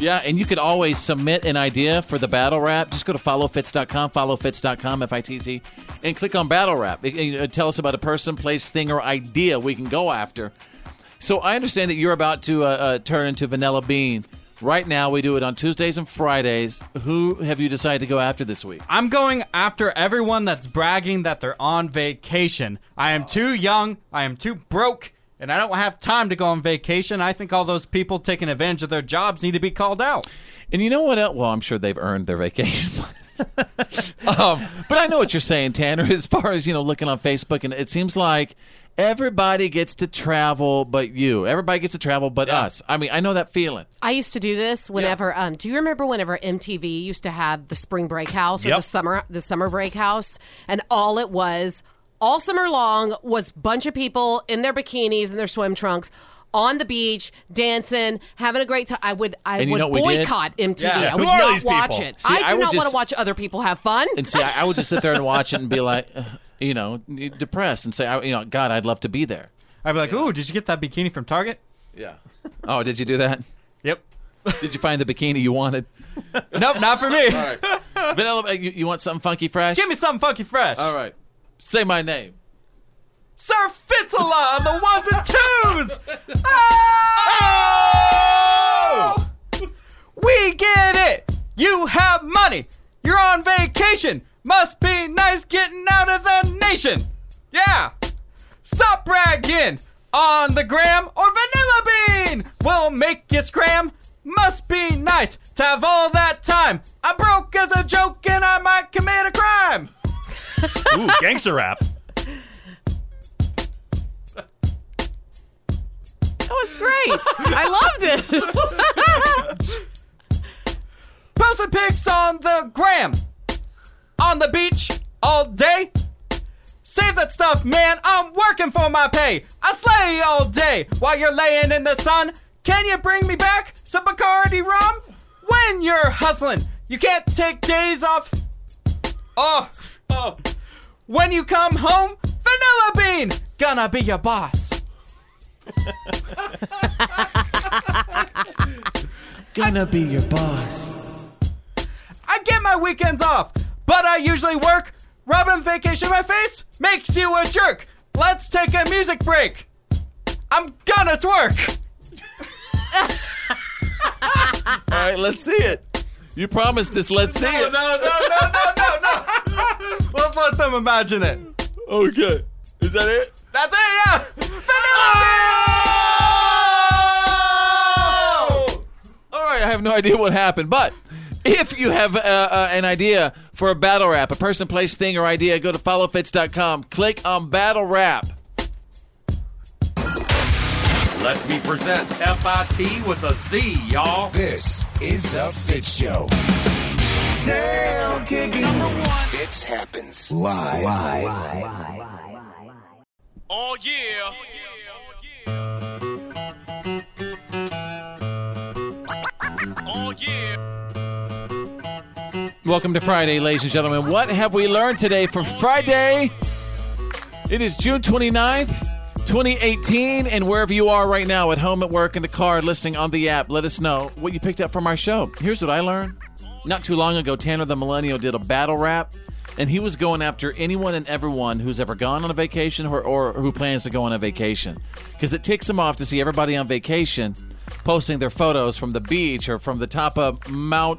Speaker 2: Yeah, and you could always submit an idea for the battle rap. Just go to followfits.com, followfits.com, F I T Z, and click on battle rap. It- it- tell us about a person, place, thing, or idea we can go after. So I understand that you're about to uh, uh, turn into Vanilla Bean. Right now, we do it on Tuesdays and Fridays. Who have you decided to go after this week?
Speaker 7: I'm going after everyone that's bragging that they're on vacation. I am too young, I am too broke, and I don't have time to go on vacation. I think all those people taking advantage of their jobs need to be called out.
Speaker 2: And you know what? Else? Well, I'm sure they've earned their vacation. <laughs> um, but I know what you're saying, Tanner. As far as you know, looking on Facebook, and it seems like everybody gets to travel, but you. Everybody gets to travel, but us. I mean, I know that feeling.
Speaker 8: I used to do this whenever. Um, do you remember whenever MTV used to have the spring break house or
Speaker 2: Yep.
Speaker 8: the summer the summer break house, and all it was all summer long was bunch of people in their bikinis and their swim trunks on the beach dancing, having a great time. I would I
Speaker 2: And you
Speaker 8: would
Speaker 2: know what we did?
Speaker 8: boycott MTV.
Speaker 2: Yeah.
Speaker 8: I
Speaker 2: Who
Speaker 8: would
Speaker 2: are
Speaker 8: not
Speaker 2: these people?
Speaker 8: watch it.
Speaker 2: See,
Speaker 8: I do
Speaker 2: I
Speaker 8: not
Speaker 2: would
Speaker 8: want
Speaker 2: just-
Speaker 8: to watch other people have fun.
Speaker 2: And see, I, I would just sit there and watch it and be like, uh, you know, depressed and say, I, you know, God, I'd love to be there.
Speaker 7: I'd be like, ooh, did you get that bikini from Target?
Speaker 2: Yeah. Oh, did you do that?
Speaker 7: Yep.
Speaker 2: Did you find the bikini you wanted?
Speaker 7: nope, not for me.
Speaker 2: Vanilla, uh, you, you want something funky fresh?
Speaker 7: Give me something funky fresh.
Speaker 2: All right. Say my name.
Speaker 7: Sir Fitzala on the ones and twos. Oh! We get it. You have money. You're on vacation. Must be nice getting out of the nation. Yeah. Stop bragging on the gram or vanilla bean. We'll make you scram. Must be nice to have all that time. I'm broke as a joke and I might commit a crime.
Speaker 3: Ooh, gangster rap.
Speaker 8: That was great. I loved it.
Speaker 7: Posting pics on the gram. On the beach all day. Save that stuff, man. I'm working for my pay. I slay all day while you're laying in the sun. Can you bring me back some Bacardi rum? When you're hustling, you can't take days off. Oh. oh. When you come home, Vanilla Bean gonna be your boss.
Speaker 2: Gonna be your boss.
Speaker 7: I get my weekends off, but I usually work. Rubbing vacation my face makes you a jerk. Let's take a music break. I'm gonna twerk.
Speaker 2: All right, let's see it. You promised us, let's see it.
Speaker 7: no, no, no, no. Let's let them imagine it.
Speaker 2: Okay. Is that it?
Speaker 7: That's it, yeah. Vanilla
Speaker 2: All right, I have no idea what happened, but If you have uh, uh, an idea for a battle rap, a person, place, thing, or idea, go to followfits.com. Click on battle rap.
Speaker 14: Let me present FIT with a Z, y'all.
Speaker 12: This is The Fit Show.
Speaker 18: Tail kicking. Number one.
Speaker 12: It happens live.
Speaker 6: Oh yeah. Oh yeah.
Speaker 2: Welcome to Friday, ladies and gentlemen. What have we learned today for Friday? It is June 29th, 2018, and wherever you are right now, at home, at work, in the car, listening on the app, let us know what you picked up from our show. Here's what I learned. Not too long ago, Tanner the Millennial did a battle rap, and he was going after anyone and everyone who's ever gone on a vacation or, or who plans to go on a vacation. Because it ticks him off to see everybody on vacation posting their photos from the beach or from the top of Mount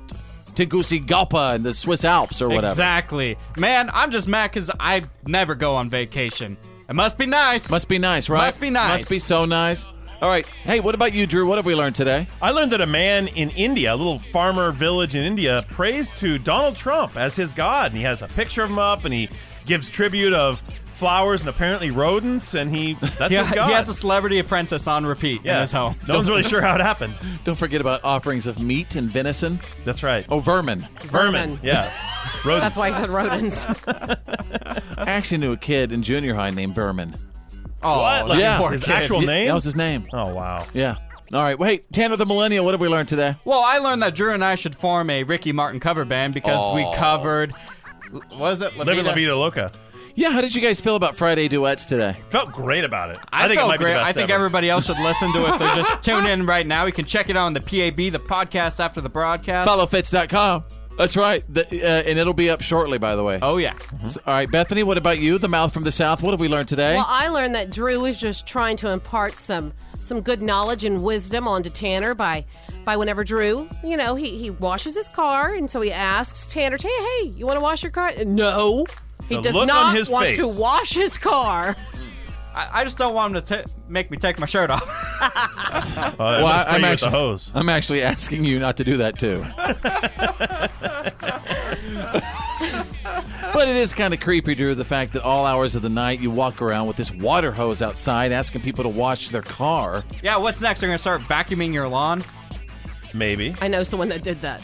Speaker 2: Tegucigalpa in the Swiss Alps or whatever.
Speaker 7: Exactly. Man, I'm just mad because I never go on vacation. It must be nice.
Speaker 2: Must be nice, right?
Speaker 7: Must be nice.
Speaker 2: Must be so nice. All right. Hey, what about you, Drew? What have we learned today?
Speaker 3: I learned that a man in India, a little farmer village in India, prays to Donald Trump as his god, and he has a picture of him up, and he gives tribute of flowers and apparently rodents,
Speaker 7: <laughs>
Speaker 3: and he that's
Speaker 7: yeah,
Speaker 3: his god.
Speaker 7: he has a celebrity apprentice on repeat in
Speaker 3: Yeah.
Speaker 7: his home. <laughs>
Speaker 3: No one's really sure how it happened.
Speaker 2: Don't forget about offerings of meat and venison.
Speaker 3: That's right.
Speaker 2: Oh, vermin.
Speaker 3: Vermin.
Speaker 8: <laughs>
Speaker 3: Yeah.
Speaker 8: That's why I
Speaker 2: <laughs>
Speaker 8: said rodents.
Speaker 2: I actually knew a kid in junior high named Vermin.
Speaker 7: Oh,
Speaker 3: What? Like,
Speaker 2: yeah.
Speaker 3: his actual
Speaker 2: Yeah,
Speaker 3: name?
Speaker 2: That was his name.
Speaker 3: Oh wow.
Speaker 2: Yeah. All right. Wait, Tanner the Millennial. What have we learned today?
Speaker 7: Well, I learned that Drew and I should form a Ricky Martin cover band because
Speaker 2: Oh.
Speaker 7: we covered. Was it La
Speaker 3: Living La
Speaker 7: Vida?
Speaker 3: Vida Loca.
Speaker 2: Yeah. How did you guys feel about Friday duets today?
Speaker 3: Felt great about it.
Speaker 7: I,
Speaker 3: I, think
Speaker 7: felt
Speaker 3: it might
Speaker 7: great.
Speaker 3: be the best
Speaker 7: I think
Speaker 3: ever.
Speaker 7: everybody else should listen to it.
Speaker 3: <laughs>
Speaker 7: If they just tune in right now, you can check it out on the PAB, the podcast after the broadcast.
Speaker 2: Followfits.com. That's right. The, uh, and it'll be up shortly, by the way.
Speaker 7: Oh, yeah.
Speaker 2: all right, Bethany, what about you? The mouth from the south. What have we learned today?
Speaker 8: Well, I learned that Drew is just trying to impart some some good knowledge and wisdom onto Tanner by by whenever Drew, you know, he he washes his car and so he asks Tanner, "Hey, hey, you want to wash your car?" No. He
Speaker 7: The
Speaker 8: does
Speaker 7: look on
Speaker 8: not
Speaker 7: his
Speaker 8: want
Speaker 7: face.
Speaker 8: to wash his car.
Speaker 7: I, I just don't want him to ta make me take my shirt off. <laughs>
Speaker 3: Oh,
Speaker 2: Well,
Speaker 3: well,
Speaker 2: I- I'm
Speaker 3: I'm actually,
Speaker 2: actually-
Speaker 3: the hose.
Speaker 2: I'm actually asking you not to do that too. but it is kind of creepy, Drew, the fact that all hours of the night you walk around with this water hose outside asking people to wash their car.
Speaker 7: yeah, what's next? They're going to start vacuuming your lawn?
Speaker 3: Maybe.
Speaker 8: I know someone that did that.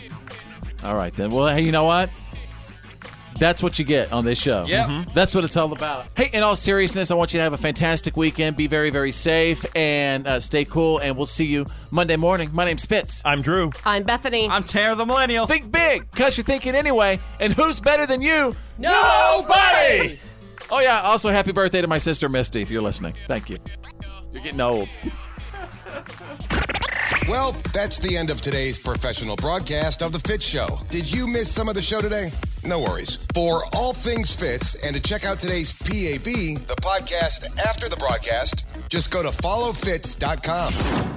Speaker 2: All right, then. Well, hey, you know what? That's what you get on this show.
Speaker 7: Yep. Mhm.
Speaker 2: That's what it's all about. Hey, in all seriousness, I want you to have a fantastic weekend. Be very, very safe and uh, stay cool. And we'll see you Monday morning. My name's Fitz.
Speaker 3: I'm Drew.
Speaker 8: I'm Bethany.
Speaker 7: I'm Tanner the Millennial.
Speaker 2: Think big, because you're thinking anyway. And who's better than you?
Speaker 8: Nobody!
Speaker 2: Oh, yeah. Also, happy birthday to my sister, Misty, if you're listening. Thank you. You're getting old.
Speaker 12: Well, that's the end of today's professional broadcast of The Fit Show. Did you miss some of the show today? No worries. For all things fits and to check out today's PAB, the podcast after the broadcast, just go to followfits.com.